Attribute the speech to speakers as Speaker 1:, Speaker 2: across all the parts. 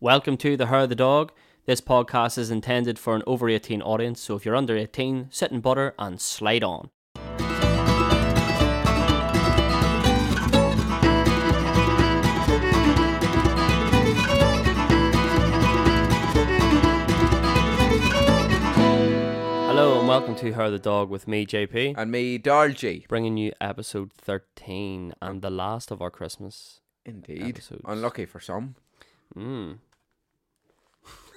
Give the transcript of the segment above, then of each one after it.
Speaker 1: Welcome to The How of the Dog. This podcast is intended for an over 18 audience, so if you're under 18, sit in butter and slide on. Hello and welcome to Her the Dog with me, JP,
Speaker 2: And me, Dargy.
Speaker 1: bringing you episode 13 and the last of our Christmas.
Speaker 2: Indeed.
Speaker 1: Episodes.
Speaker 2: Unlucky for some.
Speaker 1: Mm.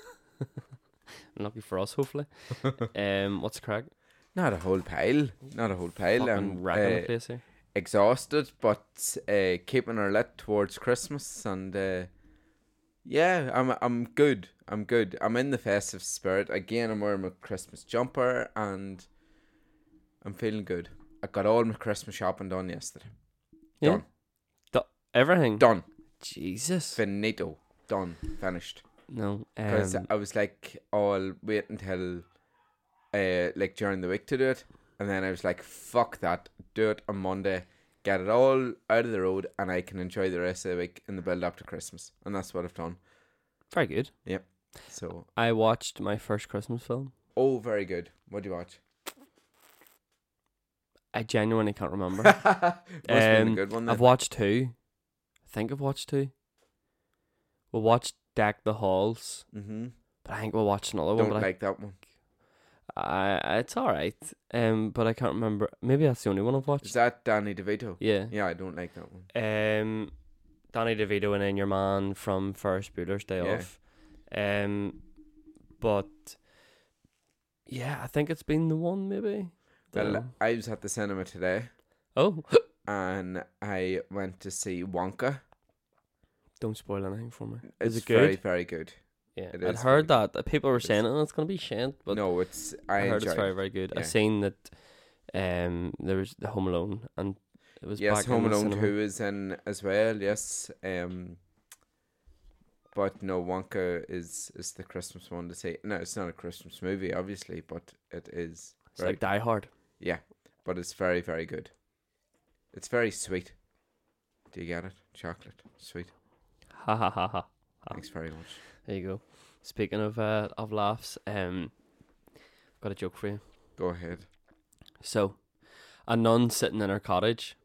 Speaker 1: Lucky for us, hopefully. um, what's the crack?
Speaker 2: Not a whole pile. Not a whole pile.
Speaker 1: Fucking
Speaker 2: I'm
Speaker 1: wrecking the
Speaker 2: uh,
Speaker 1: place here.
Speaker 2: exhausted, but uh, keeping our lit towards Christmas. And uh, yeah, I'm I'm good. I'm good. I'm in the festive spirit. Again, I'm wearing my Christmas jumper and I'm feeling good. I got all my Christmas shopping done yesterday.
Speaker 1: Yeah.
Speaker 2: Done.
Speaker 1: Everything.
Speaker 2: Done.
Speaker 1: Jesus.
Speaker 2: Finito. Done. Finished.
Speaker 1: No.
Speaker 2: because
Speaker 1: Um,
Speaker 2: I was like, "Oh, I'll wait until, uh, like during the week to do it," and then I was like, "Fuck that! Do it on Monday, get it all out of the road, and I can enjoy the rest of the week in the build up to Christmas." And that's what I've done.
Speaker 1: very good.
Speaker 2: So,
Speaker 1: I watched my first Christmas film.
Speaker 2: oh, very good. What do you watch?
Speaker 1: I genuinely can't remember.
Speaker 2: Must have been a
Speaker 1: Um,
Speaker 2: good one. Then.
Speaker 1: I've watched two. I think I've watched two. We'll watch Deck the Halls,
Speaker 2: mm-hmm.
Speaker 1: but I think we'll watch another
Speaker 2: Don't
Speaker 1: one. But
Speaker 2: like that one.
Speaker 1: I, I, it's all right. Um, but I can't remember. Maybe that's the only one I've
Speaker 2: Is
Speaker 1: watched.
Speaker 2: that Danny DeVito?
Speaker 1: Yeah.
Speaker 2: Yeah, I don't like that one.
Speaker 1: Um, Danny DeVito and then your man from Ferris Bueller's Day
Speaker 2: Yeah.
Speaker 1: Off. Um, but yeah, I think it's been the one maybe.
Speaker 2: Well,
Speaker 1: Dunno.
Speaker 2: I was at the cinema today,
Speaker 1: oh,
Speaker 2: and I went to see Wonka.
Speaker 1: don't spoil anything for me.
Speaker 2: It's
Speaker 1: Is it
Speaker 2: very,
Speaker 1: good?
Speaker 2: very good.
Speaker 1: Yeah,
Speaker 2: it
Speaker 1: I'd
Speaker 2: is
Speaker 1: heard
Speaker 2: very
Speaker 1: that that people were
Speaker 2: It is.
Speaker 1: saying oh, it's gonna be shit, but
Speaker 2: no, it's I,
Speaker 1: I, heard
Speaker 2: enjoyed
Speaker 1: it's very very good.
Speaker 2: Yeah.
Speaker 1: I've seen that. Um, there was the Home Alone and it was
Speaker 2: yes,
Speaker 1: back
Speaker 2: Home
Speaker 1: in the
Speaker 2: Alone
Speaker 1: cinema.
Speaker 2: Two is in as well. Yes, um, but no, Wonka is is the Christmas one to say. No, it's not a Christmas movie, obviously, but it is.
Speaker 1: It's
Speaker 2: Very,
Speaker 1: like Die Hard.
Speaker 2: but it's very very good. It's very sweet. Do you get it? Chocolate, sweet.
Speaker 1: Ha ha ha ha. Ah.
Speaker 2: Thanks very much.
Speaker 1: There you go. Speaking of uh, of laughs, um, I've got a joke for you.
Speaker 2: Go ahead.
Speaker 1: So, a nun sitting in her cottage,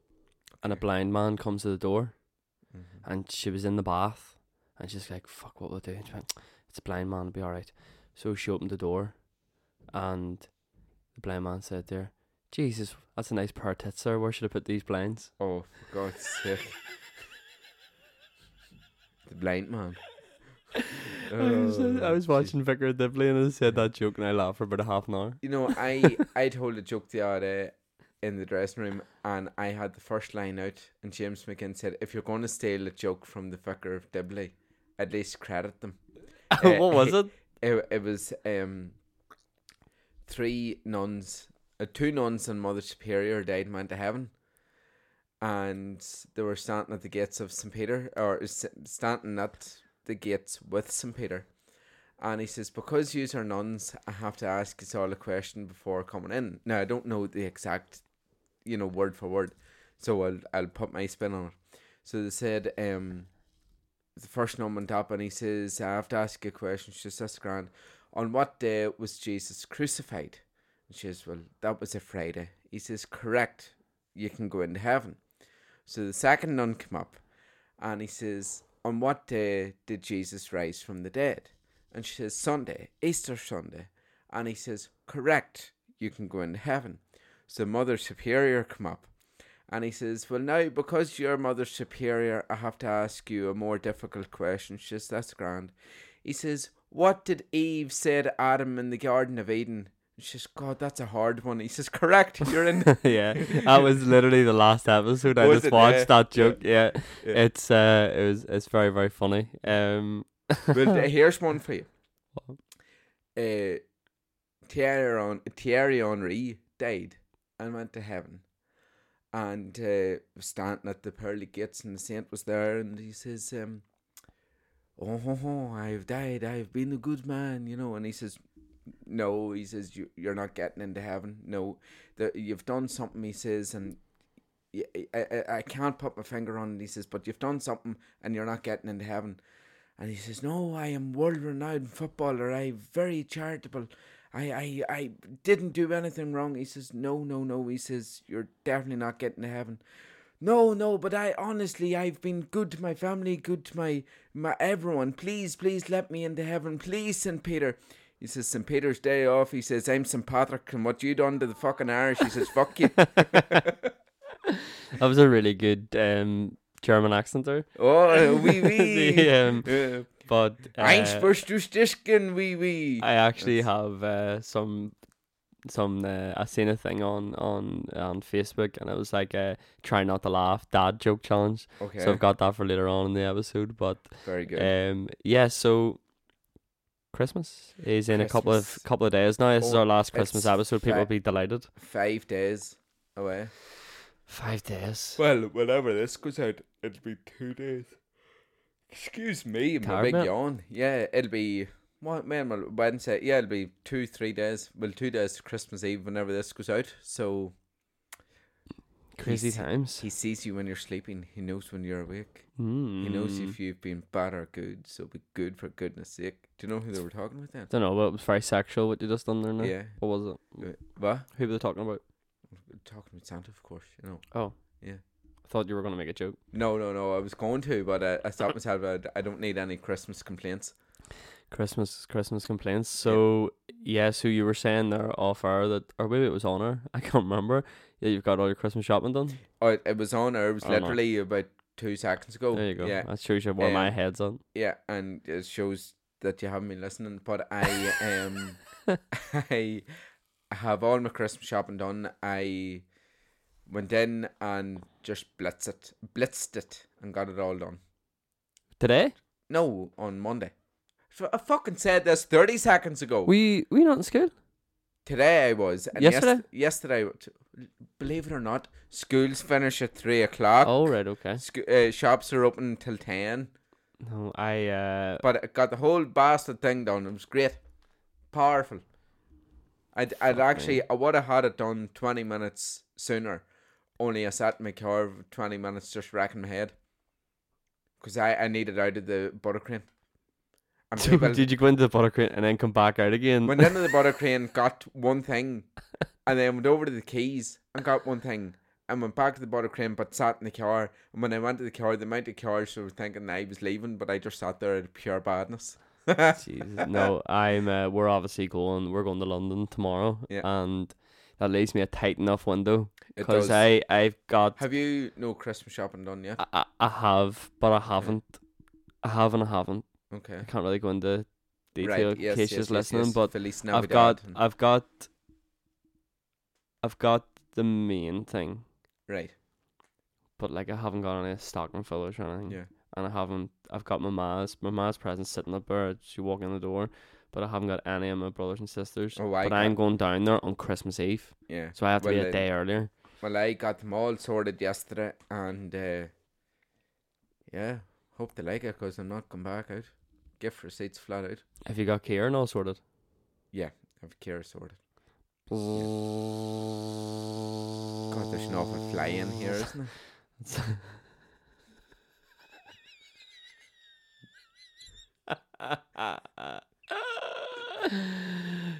Speaker 1: and a
Speaker 2: Okay.
Speaker 1: blind man comes to the door,
Speaker 2: Mhm.
Speaker 1: and she was in the bath, and she's like, "Fuck, what will I do?" And she went, "It's a blind man, it'll be all right." So she opened the door, and the blind man said, "There, Jesus, that's a nice pair of tits, sir. Where should I put these blinds?"
Speaker 2: Oh, for God's sake! The blind man.
Speaker 1: I was, I
Speaker 2: Oh,
Speaker 1: was watching Vicar Dibley and I said that joke and I laughed for about a half an hour.
Speaker 2: You know, I I told a joke the other day in the dressing room, and I had the first line out, and James McGinn said, "If you're going to steal a joke from the vicar of Dibley, at least credit them." Uh,
Speaker 1: what was it?
Speaker 2: It, it was um three nuns, uh, two nuns and Mother Superior died and went to heaven, and they were standing at the gates of St Peter, or s- standing at the gates with St Peter. And he says, Because yous are nuns, I have to ask you all a question before coming in. Now, I don't know the exact, you know, word for word, so I'll, I'll put my spin on it. So they said, um, the first nun went up and he says, I have to ask you a question. She says, That's grand. On what day was Jesus crucified? And she says, Well, that was a Friday. He says, Correct. You can go into heaven. So the second nun came up and he says, On what day did Jesus rise from the dead? And she says, Sunday, Easter Sunday. And he says, Correct, you can go into heaven. So Mother Superior come up and he says, Well, now, because you're Mother Superior, I have to ask you a more difficult question. She says, That's grand. He says, What did Eve say to Adam in the Garden of Eden? And she says, God, that's a hard one. He says, Correct, you're in.
Speaker 1: yeah, that was literally the last episode. I
Speaker 2: Was
Speaker 1: just
Speaker 2: it?
Speaker 1: watched
Speaker 2: Yeah.
Speaker 1: that joke. Yeah.
Speaker 2: Yeah.
Speaker 1: it's uh, it was it's very very funny. Um,
Speaker 2: well, th- here's one for you.
Speaker 1: What?
Speaker 2: Uh, Thierry, Hon- Thierry Henry died and went to heaven. And uh, was standing at the pearly gates, and the saint was there, and he says, um, "Oh, ho, ho, I've died. I've been a good man, you know." And he says, "No," he says, you, "You're not getting into heaven. No, that you've done something." He says, and y- I, I, I can't put my finger on it. He says, "But you've done something, and you're not getting into heaven." And he says, No, I am world renowned footballer. I'm very charitable. I, I, I didn't do anything wrong. He says, No, no, no. He says, You're definitely not getting to heaven. No, no, but I honestly, I've been good to my family, good to my, my everyone. Please, please let me into heaven. Please, St. Peter. He says, St. Peter's day off. He says, I'm St. Patrick, and what you done to the fucking Irish? He says, Fuck you.
Speaker 1: That was a really good um, German accent there.
Speaker 2: Oh, wee
Speaker 1: The,
Speaker 2: wee.
Speaker 1: um,
Speaker 2: Uh,
Speaker 1: but
Speaker 2: Eins
Speaker 1: uh,
Speaker 2: first du Stisken, wee wee.
Speaker 1: I actually have uh, some some uh, I seen a thing on on on Facebook and it was like uh, try not to laugh dad joke challenge.
Speaker 2: Okay,
Speaker 1: So I've got that for later on in the episode. But
Speaker 2: very good.
Speaker 1: um, yeah, so Christmas is in a couple of
Speaker 2: Christmas.
Speaker 1: couple of days now. This is
Speaker 2: Oh,
Speaker 1: our last Christmas
Speaker 2: it's
Speaker 1: episode. People
Speaker 2: fa-
Speaker 1: will be delighted.
Speaker 2: Five days away.
Speaker 1: Five days.
Speaker 2: Well, whenever this goes out, it'll be two days. Excuse me, my
Speaker 1: Tired,
Speaker 2: big
Speaker 1: mate?
Speaker 2: yawn. Yeah, it'll be what man well, Wednesday. Yeah, it'll be two, three days. Well, two days to Christmas Eve whenever this goes out. So
Speaker 1: Crazy
Speaker 2: he's-
Speaker 1: times.
Speaker 2: he sees you when you're sleeping. He knows when you're awake.
Speaker 1: Mm.
Speaker 2: He knows if you've been bad or good. So be good for goodness sake. Do you know who they were talking about then?
Speaker 1: don't know, but it was very sexual what you just done there now.
Speaker 2: Yeah.
Speaker 1: What was it?
Speaker 2: Uh, What?
Speaker 1: Who were they talking about?
Speaker 2: Talking about Santa, of course. You know.
Speaker 1: Oh.
Speaker 2: Yeah.
Speaker 1: I thought you were gonna make a joke.
Speaker 2: No, no, no. I was going to, but I, I stopped myself. I, I don't need any Christmas complaints.
Speaker 1: Christmas Christmas complaints. So yeah, so you were saying there off air that or maybe it was on air, I can't remember. Yeah, you've got all your Christmas shopping done.
Speaker 2: Oh, it, it was on. It was
Speaker 1: Oh, no.
Speaker 2: literally about two seconds ago.
Speaker 1: there you go.
Speaker 2: Yeah,
Speaker 1: That shows you where my
Speaker 2: Um,
Speaker 1: head's on.
Speaker 2: yeah, and it shows that you haven't been listening. But I um, I have all my Christmas shopping done. I went in and just blitzed it, blitzed it, and got it all done.
Speaker 1: Today?
Speaker 2: No, on Monday. So I fucking said this thirty seconds ago.
Speaker 1: We we not in school?
Speaker 2: Today I was. And
Speaker 1: Yesterday?
Speaker 2: Yes, yesterday, t- believe it or not, schools finish at three o'clock.
Speaker 1: Oh right, okay.
Speaker 2: Sco- uh, shops are open till ten.
Speaker 1: No, I uh
Speaker 2: But I got the whole bastard thing done. It was great, powerful. I'd, I'd actually I would have had it done twenty minutes sooner. Only I sat in my car for twenty minutes just racking my head. Cause I, I needed out of the butter crane. And people
Speaker 1: did you go into the buttercream and then come back out again?
Speaker 2: went into the butter crane, got one thing, and then went over to the keys and got one thing, and went back to the butter crane, but sat in the car. And when I went to the car, the amount of cars were thinking I was leaving, but I just sat there out of pure badness.
Speaker 1: Jesus. No, I'm. Uh, we're obviously going. We're going to London tomorrow,
Speaker 2: Yeah.
Speaker 1: and that leaves me a tight enough window
Speaker 2: It
Speaker 1: because
Speaker 2: does.
Speaker 1: I I've got
Speaker 2: Have you no Christmas shopping done yet?
Speaker 1: I, I, I have, but I haven't. I have and I haven't.
Speaker 2: Okay.
Speaker 1: I can't really go into detail in case she's listening,
Speaker 2: yes.
Speaker 1: but
Speaker 2: Feliz
Speaker 1: I've
Speaker 2: Navidad
Speaker 1: got
Speaker 2: and-
Speaker 1: I've got I've got the main thing,
Speaker 2: right.
Speaker 1: but like I haven't got any stocking fillers or anything.
Speaker 2: Yeah.
Speaker 1: and I haven't. I've got my ma's my ma's present sitting up there. She walked in the door, but I haven't got any of my brothers and sisters.
Speaker 2: Oh, I
Speaker 1: but
Speaker 2: got-
Speaker 1: I'm going down there on Christmas Eve,
Speaker 2: Yeah.
Speaker 1: so I have to be
Speaker 2: Well,
Speaker 1: a
Speaker 2: then-
Speaker 1: day earlier.
Speaker 2: Well, I got them all sorted yesterday, and uh, yeah, hope they like it because I'm not coming back out. Gift receipts flat out.
Speaker 1: Have you got Kieran all sorted?
Speaker 2: Have care sorted. God,
Speaker 1: God,
Speaker 2: there's an awful fly in here, isn't there?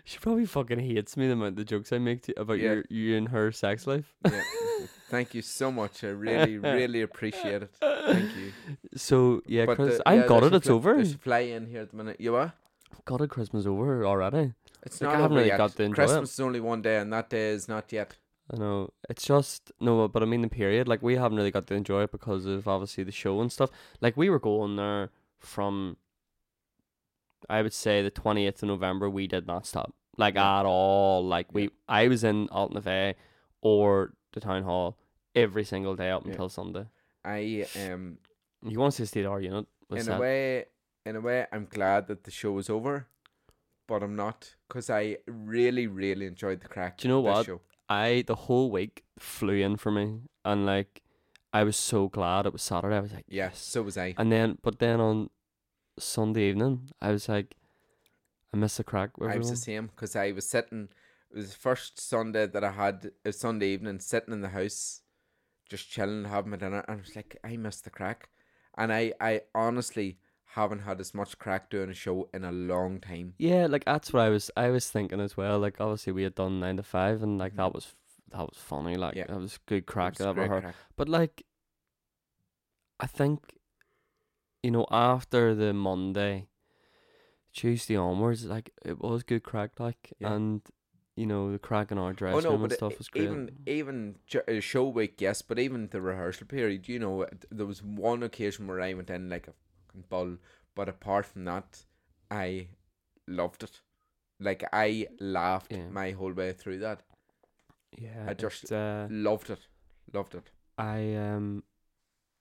Speaker 1: she probably fucking hates me the amount of jokes I make to, about
Speaker 2: Yeah.
Speaker 1: your you and her sex life.
Speaker 2: Yeah. Thank you so much. I really, really appreciate it. Thank you.
Speaker 1: So yeah,
Speaker 2: But
Speaker 1: Chris,
Speaker 2: the-
Speaker 1: I've
Speaker 2: yeah,
Speaker 1: got
Speaker 2: there's
Speaker 1: it.
Speaker 2: a
Speaker 1: It's
Speaker 2: fly-
Speaker 1: over.
Speaker 2: There's a fly in here at the minute. You are?
Speaker 1: God, it Christmas over already.
Speaker 2: It's
Speaker 1: Like, I
Speaker 2: not
Speaker 1: haven't
Speaker 2: over
Speaker 1: really
Speaker 2: yet.
Speaker 1: got to enjoy it.
Speaker 2: Christmas is only one day, and that day is not yet.
Speaker 1: I know it's just no, but I mean the period. Like we haven't really got to enjoy it because of obviously the show and stuff. Like we were going there from, I would say the twenty eighth of November. We did not stop like
Speaker 2: Yeah.
Speaker 1: at all. Like
Speaker 2: Yeah.
Speaker 1: we, I was in Altnave or the town hall every single day up
Speaker 2: Yeah.
Speaker 1: until Sunday.
Speaker 2: I um,
Speaker 1: You want to stay our unit? Was
Speaker 2: in
Speaker 1: that?
Speaker 2: a way, in a way, I'm glad that the show is over, but I'm not because I really, really enjoyed the crack.
Speaker 1: Do you know
Speaker 2: of this
Speaker 1: what?
Speaker 2: Show.
Speaker 1: I the whole week flew in for me, and like I was so glad it was Saturday. I was like,
Speaker 2: Yeah, so was I.
Speaker 1: And then, but then on Sunday evening, I was like, I missed the crack. With
Speaker 2: I was
Speaker 1: everyone.
Speaker 2: the same because I was sitting. It was the first Sunday that I had a Sunday evening sitting in the house, just chilling, having my dinner, and I was like, I missed the crack, and I, I honestly haven't had as much crack doing a show in a long time.
Speaker 1: Yeah, like that's what I was I was thinking as well. Like obviously we had done nine to five and like
Speaker 2: Mhm.
Speaker 1: that was that was funny. Like
Speaker 2: Yeah.
Speaker 1: that was good crack
Speaker 2: It
Speaker 1: that
Speaker 2: was
Speaker 1: I ever
Speaker 2: great
Speaker 1: heard.
Speaker 2: crack.
Speaker 1: But like I think you know, after the Monday, Tuesday onwards, like it was good crack like
Speaker 2: Yeah.
Speaker 1: and you know, the crack in our dressing
Speaker 2: Oh no,
Speaker 1: room and
Speaker 2: but
Speaker 1: stuff
Speaker 2: e-
Speaker 1: was great.
Speaker 2: even even ju- uh, show week, yes, but even the rehearsal period, you know, uh, th- there was one occasion where I went in like a fucking bull, but apart from that, I loved it. Like I laughed
Speaker 1: Yeah.
Speaker 2: my whole way through that.
Speaker 1: yeah.
Speaker 2: I just-
Speaker 1: it, uh,
Speaker 2: Loved it, loved it.
Speaker 1: I um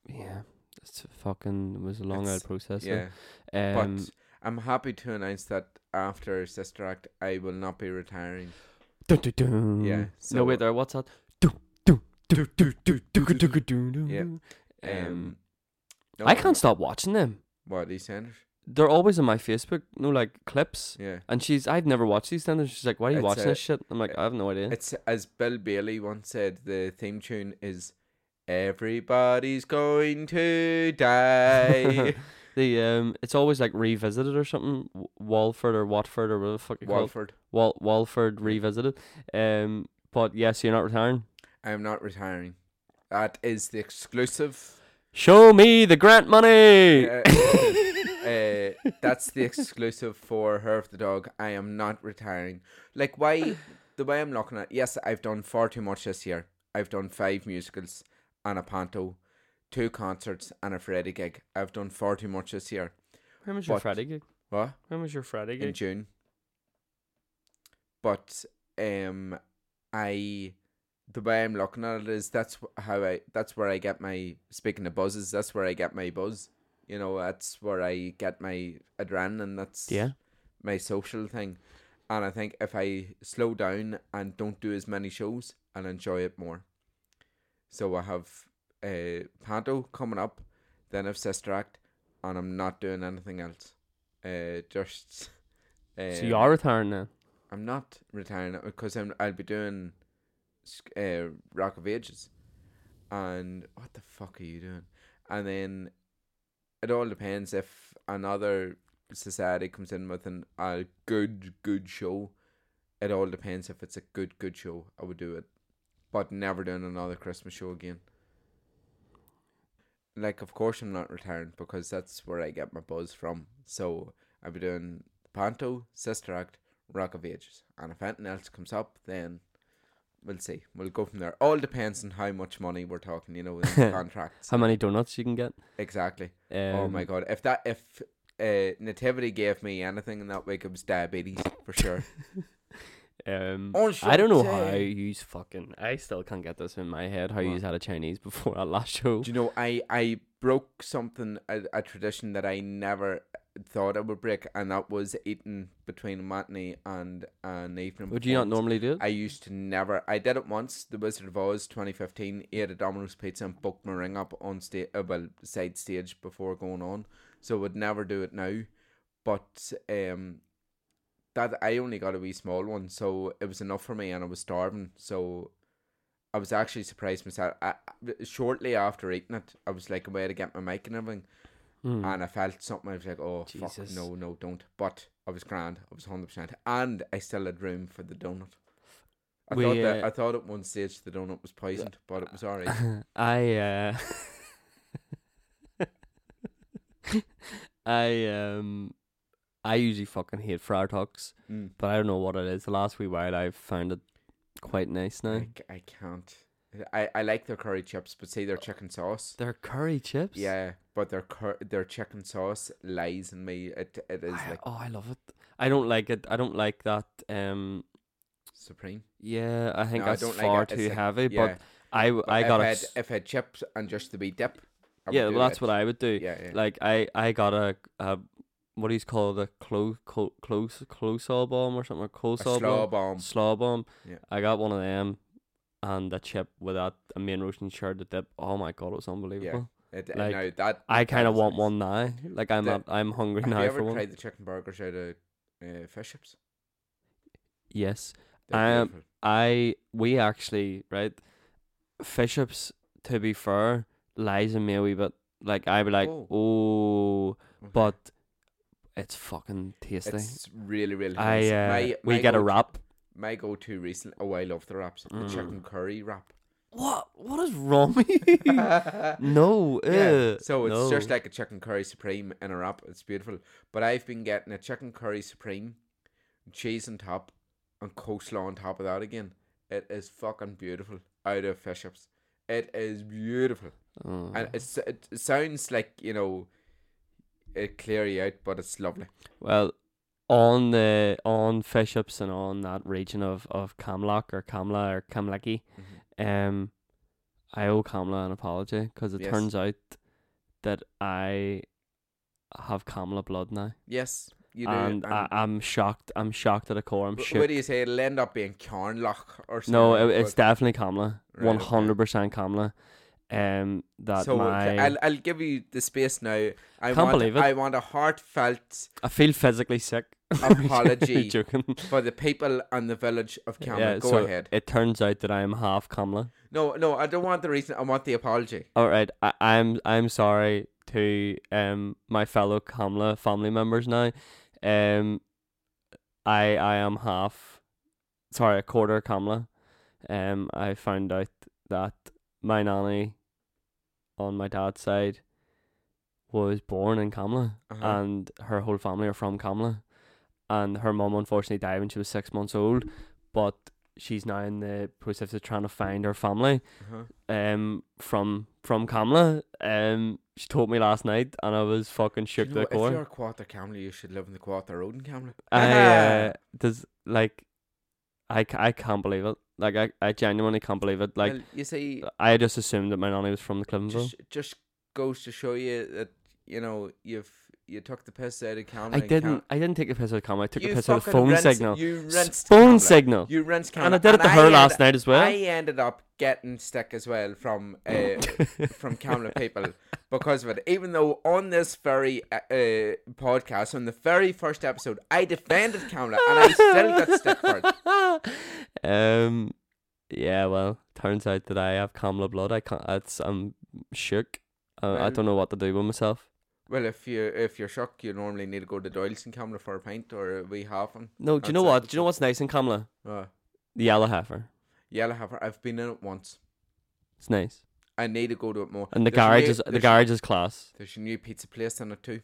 Speaker 1: yeah. It's fucking was a long
Speaker 2: It's-
Speaker 1: old process.
Speaker 2: yeah,
Speaker 1: though. Um
Speaker 2: but I'm happy to announce that after Sister Act, I will not be retiring.
Speaker 1: Dun, dun, dun.
Speaker 2: Yeah,
Speaker 1: no,
Speaker 2: so-
Speaker 1: wait there. What's that? Dun, dun, dun, dun, dun, dun, dun, dun, dun, dun.
Speaker 2: Yeah.
Speaker 1: Um,
Speaker 2: Um, no,
Speaker 1: I can't stop watching them.
Speaker 2: What Lee Sanders?
Speaker 1: They're always on my Facebook, no like clips.
Speaker 2: Yeah,
Speaker 1: And she's, I've never watched these things. She's like, why are you
Speaker 2: It's
Speaker 1: watching
Speaker 2: a-
Speaker 1: this shit? I'm like, I have no idea.
Speaker 2: It's as Bill Bailey once said, the theme tune is Everybody's going to die.
Speaker 1: The um, it's always like revisited or something. W- Walford or Watford or whatever the fuck you call it.
Speaker 2: Walford.
Speaker 1: Wal- Walford revisited. Um, but yes, you're not retiring.
Speaker 2: I'm not retiring. That is the exclusive.
Speaker 1: Show me the grant money.
Speaker 2: Uh, uh, that's the exclusive for Her of the Dog. I am not retiring. Like, why? The way I'm looking at yes, I've done far too much this year. I've done five musicals and a panto, two concerts and a Freddy gig. I've done far too much this year.
Speaker 1: When was your
Speaker 2: but-
Speaker 1: Friday gig?
Speaker 2: What?
Speaker 1: When was your Friday
Speaker 2: in
Speaker 1: gig?
Speaker 2: June. But um, I the way I'm looking at it is that's wh- how I that's where I get my speaking of buzzes. That's where I get my buzz. You know, that's where I get my adrenaline. That's
Speaker 1: yeah.
Speaker 2: my social thing. And I think if I slow down and don't do as many shows, I'll enjoy it more. So I have uh, Panto coming up, then I've Sister Act, and I'm not doing anything else. Uh, just. Uh,
Speaker 1: so you are retiring now.
Speaker 2: I'm not retiring because I'm. I'll be doing, sc- uh, Rock of Ages, and what the fuck are you doing? And then, it all depends if another society comes in with an a good good show. It all depends if it's a good good show. I would do it, but never doing another Christmas show again. Like of course I'm not retiring because that's where I get my buzz from. So I'll be doing Panto, Sister Act, Rock of Ages. And if anything else comes up, then we'll see. We'll go from there. All depends on how much money we're talking, you know, in the contracts.
Speaker 1: How many donuts you can get?
Speaker 2: exactly.
Speaker 1: Um,
Speaker 2: oh my god. If that if uh, Nativity gave me anything in that week, it was diabetes for sure.
Speaker 1: Um,
Speaker 2: Oh,
Speaker 1: I don't know
Speaker 2: shit.
Speaker 1: how you's fucking. I still can't get this in my head how you's had a Chinese before our last show.
Speaker 2: Do you know I I broke something a, a tradition that I never thought I would break, and that was eating between a matinee and an evening.
Speaker 1: Would you not
Speaker 2: performance.
Speaker 1: normally do it?
Speaker 2: I used to never. I did it once. The Wizard of Oz, 2015. Ate a Domino's pizza and booked my ring up on stage, uh, well, side stage before going on. So would never do it now. But um, that I only got a wee small one, so it was enough for me, and I was starving. So I was actually surprised myself. I, I- shortly after eating it, I was like, "Where to get my mic and everything?"
Speaker 1: Hmm.
Speaker 2: and I felt something. I was like, "Oh fuck,
Speaker 1: Jesus.
Speaker 2: no, no, don't!" But I was grand. I was hundred percent, and I still had room for the donut. I
Speaker 1: We,
Speaker 2: thought that
Speaker 1: uh,
Speaker 2: I thought at one stage the donut was poisoned, but it was alright.
Speaker 1: I uh I um I usually fucking hate Friar Talks,
Speaker 2: Mm.
Speaker 1: but I don't know what it is. The last wee while I've found it quite nice now.
Speaker 2: I, c- I can't. I, I like their curry chips, but see their chicken sauce.
Speaker 1: They're curry chips.
Speaker 2: Yeah, but their cur- their chicken sauce lies in me. It it is
Speaker 1: I-
Speaker 2: like
Speaker 1: oh I love it. I don't like it. I don't like that um
Speaker 2: supreme.
Speaker 1: yeah, I think
Speaker 2: No, I
Speaker 1: that's
Speaker 2: don't like
Speaker 1: far
Speaker 2: it. It's
Speaker 1: too
Speaker 2: like-
Speaker 1: heavy,
Speaker 2: yeah,
Speaker 1: but I w- I
Speaker 2: if
Speaker 1: got a
Speaker 2: had,
Speaker 1: s-
Speaker 2: if had chips and just the wee dip. I would
Speaker 1: Yeah,
Speaker 2: do
Speaker 1: well that's
Speaker 2: that.
Speaker 1: what I would do.
Speaker 2: Yeah, yeah.
Speaker 1: Like I, I got a, a what do you call it? A clo clo close closol bomb or something, or
Speaker 2: a
Speaker 1: closol
Speaker 2: slaw
Speaker 1: bomb,
Speaker 2: bomb.
Speaker 1: slaw bomb.
Speaker 2: Yeah.
Speaker 1: I got one of them, and a chip with that a main roasting shard to dip. Oh my god, it was unbelievable.
Speaker 2: It,
Speaker 1: like,
Speaker 2: no, that
Speaker 1: I
Speaker 2: that
Speaker 1: kind of
Speaker 2: is
Speaker 1: want
Speaker 2: nice.
Speaker 1: one now. Like I'm,
Speaker 2: The-
Speaker 1: at, I'm hungry
Speaker 2: Have
Speaker 1: now
Speaker 2: you
Speaker 1: for
Speaker 2: ever
Speaker 1: one.
Speaker 2: tried the chicken burgers out of uh, fish chips?
Speaker 1: Yes,
Speaker 2: They're
Speaker 1: Um,
Speaker 2: beautiful.
Speaker 1: I we actually right, Fishops. To be fair, lies in me a wee bit. Like I be like, oh, but it's fucking tasty.
Speaker 2: it's really really.
Speaker 1: I
Speaker 2: nice.
Speaker 1: uh,
Speaker 2: my,
Speaker 1: we
Speaker 2: my
Speaker 1: get a Mm.
Speaker 2: go-
Speaker 1: wrap.
Speaker 2: My go-to recently. Oh, I love the wraps. The chicken curry wrap.
Speaker 1: What? What is wrong with you? no.
Speaker 2: Yeah.
Speaker 1: ew,
Speaker 2: So it's
Speaker 1: no.
Speaker 2: just like a chicken curry supreme in a wrap. It's beautiful. But I've been getting a chicken curry supreme, cheese on top, and coleslaw on top of that again. It is fucking beautiful out of fish ups. It is beautiful,
Speaker 1: Oh.
Speaker 2: and it's, it sounds like you know, it clear you out, but it's lovely.
Speaker 1: Well, on the on Fishops and on that region of of Camlock or Camla or Camlaki,
Speaker 2: Mm-hmm.
Speaker 1: um, I owe Camla an apology because it
Speaker 2: Yes.
Speaker 1: turns out that I have Camla blood now,
Speaker 2: Yes, you do.
Speaker 1: and I, I'm shocked. I'm shocked at a core. I'm
Speaker 2: wh- what
Speaker 1: shook.
Speaker 2: do you say? It'll end up being Carnlock or something.
Speaker 1: No,
Speaker 2: like
Speaker 1: it, it's
Speaker 2: that.
Speaker 1: definitely Camla.
Speaker 2: okay.
Speaker 1: One hundred percent Camla. Um, that
Speaker 2: so
Speaker 1: my
Speaker 2: I'll, I'll give you the space now. I
Speaker 1: Can't
Speaker 2: want,
Speaker 1: believe it.
Speaker 2: I want a heartfelt
Speaker 1: I feel physically sick.
Speaker 2: Apology.
Speaker 1: joking.
Speaker 2: for the people and the village of Camel.
Speaker 1: Yeah,
Speaker 2: Go
Speaker 1: so
Speaker 2: ahead.
Speaker 1: It turns out that I am half Camla.
Speaker 2: No, no, I don't want the reason. I want the apology.
Speaker 1: All right, I, I'm I'm sorry to um my fellow Kamla family members now. Um, I I am half, sorry, a quarter Kamla. Um, I found out that my nanny, on my dad's side, was born in Kamla,
Speaker 2: Uh-huh.
Speaker 1: and her whole family are from Kamla, and her mum unfortunately died when she was six months old, but she's now in the process of trying to find her family
Speaker 2: Uh-huh.
Speaker 1: um from from Kamla. Um she told me last night and I was fucking
Speaker 2: You
Speaker 1: shook
Speaker 2: know,
Speaker 1: to the
Speaker 2: if you're
Speaker 1: core.
Speaker 2: a quarter Camel, you should live in the quarter road in Camel.
Speaker 1: I uh, does like I, ca- I can't believe it. Like I, I genuinely can't believe it. Like
Speaker 2: well, you see,
Speaker 1: I just assumed that my nanny was from the Clivenville.
Speaker 2: just, just goes to show you that you know you've you took the piss out of Camel.
Speaker 1: I didn't I didn't take the piss out of Kamla. I took
Speaker 2: you
Speaker 1: the piss out of
Speaker 2: fucking
Speaker 1: phone
Speaker 2: rinsed-
Speaker 1: signal.
Speaker 2: You
Speaker 1: S-
Speaker 2: rinsed
Speaker 1: phone
Speaker 2: Camel.
Speaker 1: signal.
Speaker 2: You rinsed Camel.
Speaker 1: and I did it to her last night as well.
Speaker 2: I ended up getting stick as well from uh, from Camla people because of it. Even though on this very uh, uh, podcast, on the very first episode, I defended Camla and I still got stick for it.
Speaker 1: um yeah, well, turns out that I have Kamla blood. I can't that's I'm shook. Uh, I
Speaker 2: Well-
Speaker 1: don't know what to do with myself.
Speaker 2: Well, if you if you're shocked, you normally need to go to Doyle's in Camla for a pint or we have one.
Speaker 1: No, do you know
Speaker 2: That's it.
Speaker 1: what? Do you know what's nice in Kamla?
Speaker 2: Uh,
Speaker 1: The yellow heifer.
Speaker 2: Yellow Heifer, I've been in it once.
Speaker 1: It's nice.
Speaker 2: I need to go to it more.
Speaker 1: And the
Speaker 2: There's a
Speaker 1: garage
Speaker 2: new-
Speaker 1: is the
Speaker 2: there's-
Speaker 1: garage is class.
Speaker 2: There's a new pizza place in it too,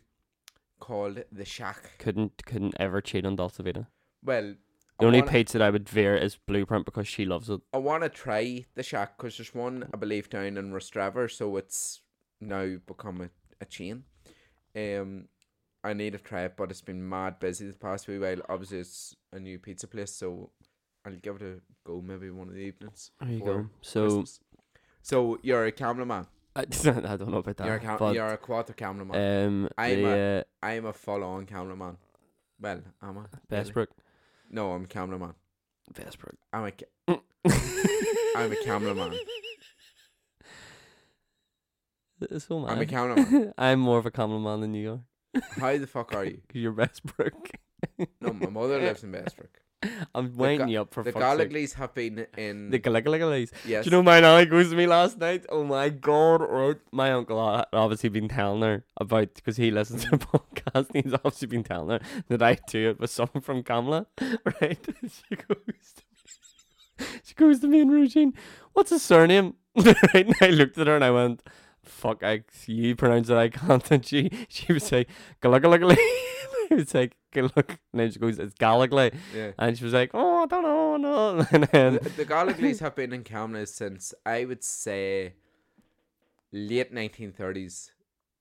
Speaker 2: called the Shack.
Speaker 1: Couldn't couldn't ever cheat on Dolce Vita.
Speaker 2: Well, I
Speaker 1: The only
Speaker 2: wanna-
Speaker 1: pizza that I would veer is Blueprint because she loves it.
Speaker 2: I want to try the shack because there's one I believe down in Rostrava, so it's now become a, a chain. Um, I need to try it, but it's been mad busy the past wee while. Obviously, it's a new pizza place, so I'll give it a go maybe one of the evenings.
Speaker 1: There you
Speaker 2: for
Speaker 1: go. So
Speaker 2: Christmas. so you're a cameraman.
Speaker 1: I, I don't know about
Speaker 2: you're a
Speaker 1: that.
Speaker 2: cam-
Speaker 1: but,
Speaker 2: you're a quarter cameraman.
Speaker 1: um,
Speaker 2: I'm
Speaker 1: the uh,
Speaker 2: I am a full-on cameraman. Well, am I? Really?
Speaker 1: Bessbrook.
Speaker 2: No, I'm cameraman.
Speaker 1: Bessbrook.
Speaker 2: I'm a. ca-
Speaker 1: I'm
Speaker 2: a cameraman.
Speaker 1: So
Speaker 2: I'm a
Speaker 1: mad.
Speaker 2: cameraman.
Speaker 1: I'm more of a cameraman than you are.
Speaker 2: How the fuck are you?
Speaker 1: 'Cause You're Bessbrook.
Speaker 2: No, my mother lives in Bestwick.
Speaker 1: I'm winding
Speaker 2: ga-
Speaker 1: you up for
Speaker 2: The
Speaker 1: fuck's sake.
Speaker 2: Gallagleys have been in.
Speaker 1: The Gallagleys.
Speaker 2: yes.
Speaker 1: Do you know my nanny goes to me last night? Oh my god! Right. My uncle had obviously been telling her about because he listens to the podcast. And he's obviously been telling her that I do it with someone from Kamla, right? she goes to me. She goes to me in routine. What's his surname? right? And I looked at her and I went, "Fuck! I you pronounce it. I can't." And she she was like, "Gallagly." I was like, "Good luck." And then she goes, "It's Gallagly,"
Speaker 2: yeah.
Speaker 1: and she was like, "Oh, I don't know, no." And then
Speaker 2: The, the Gallagleys have been in Camna since I would say late 1930s,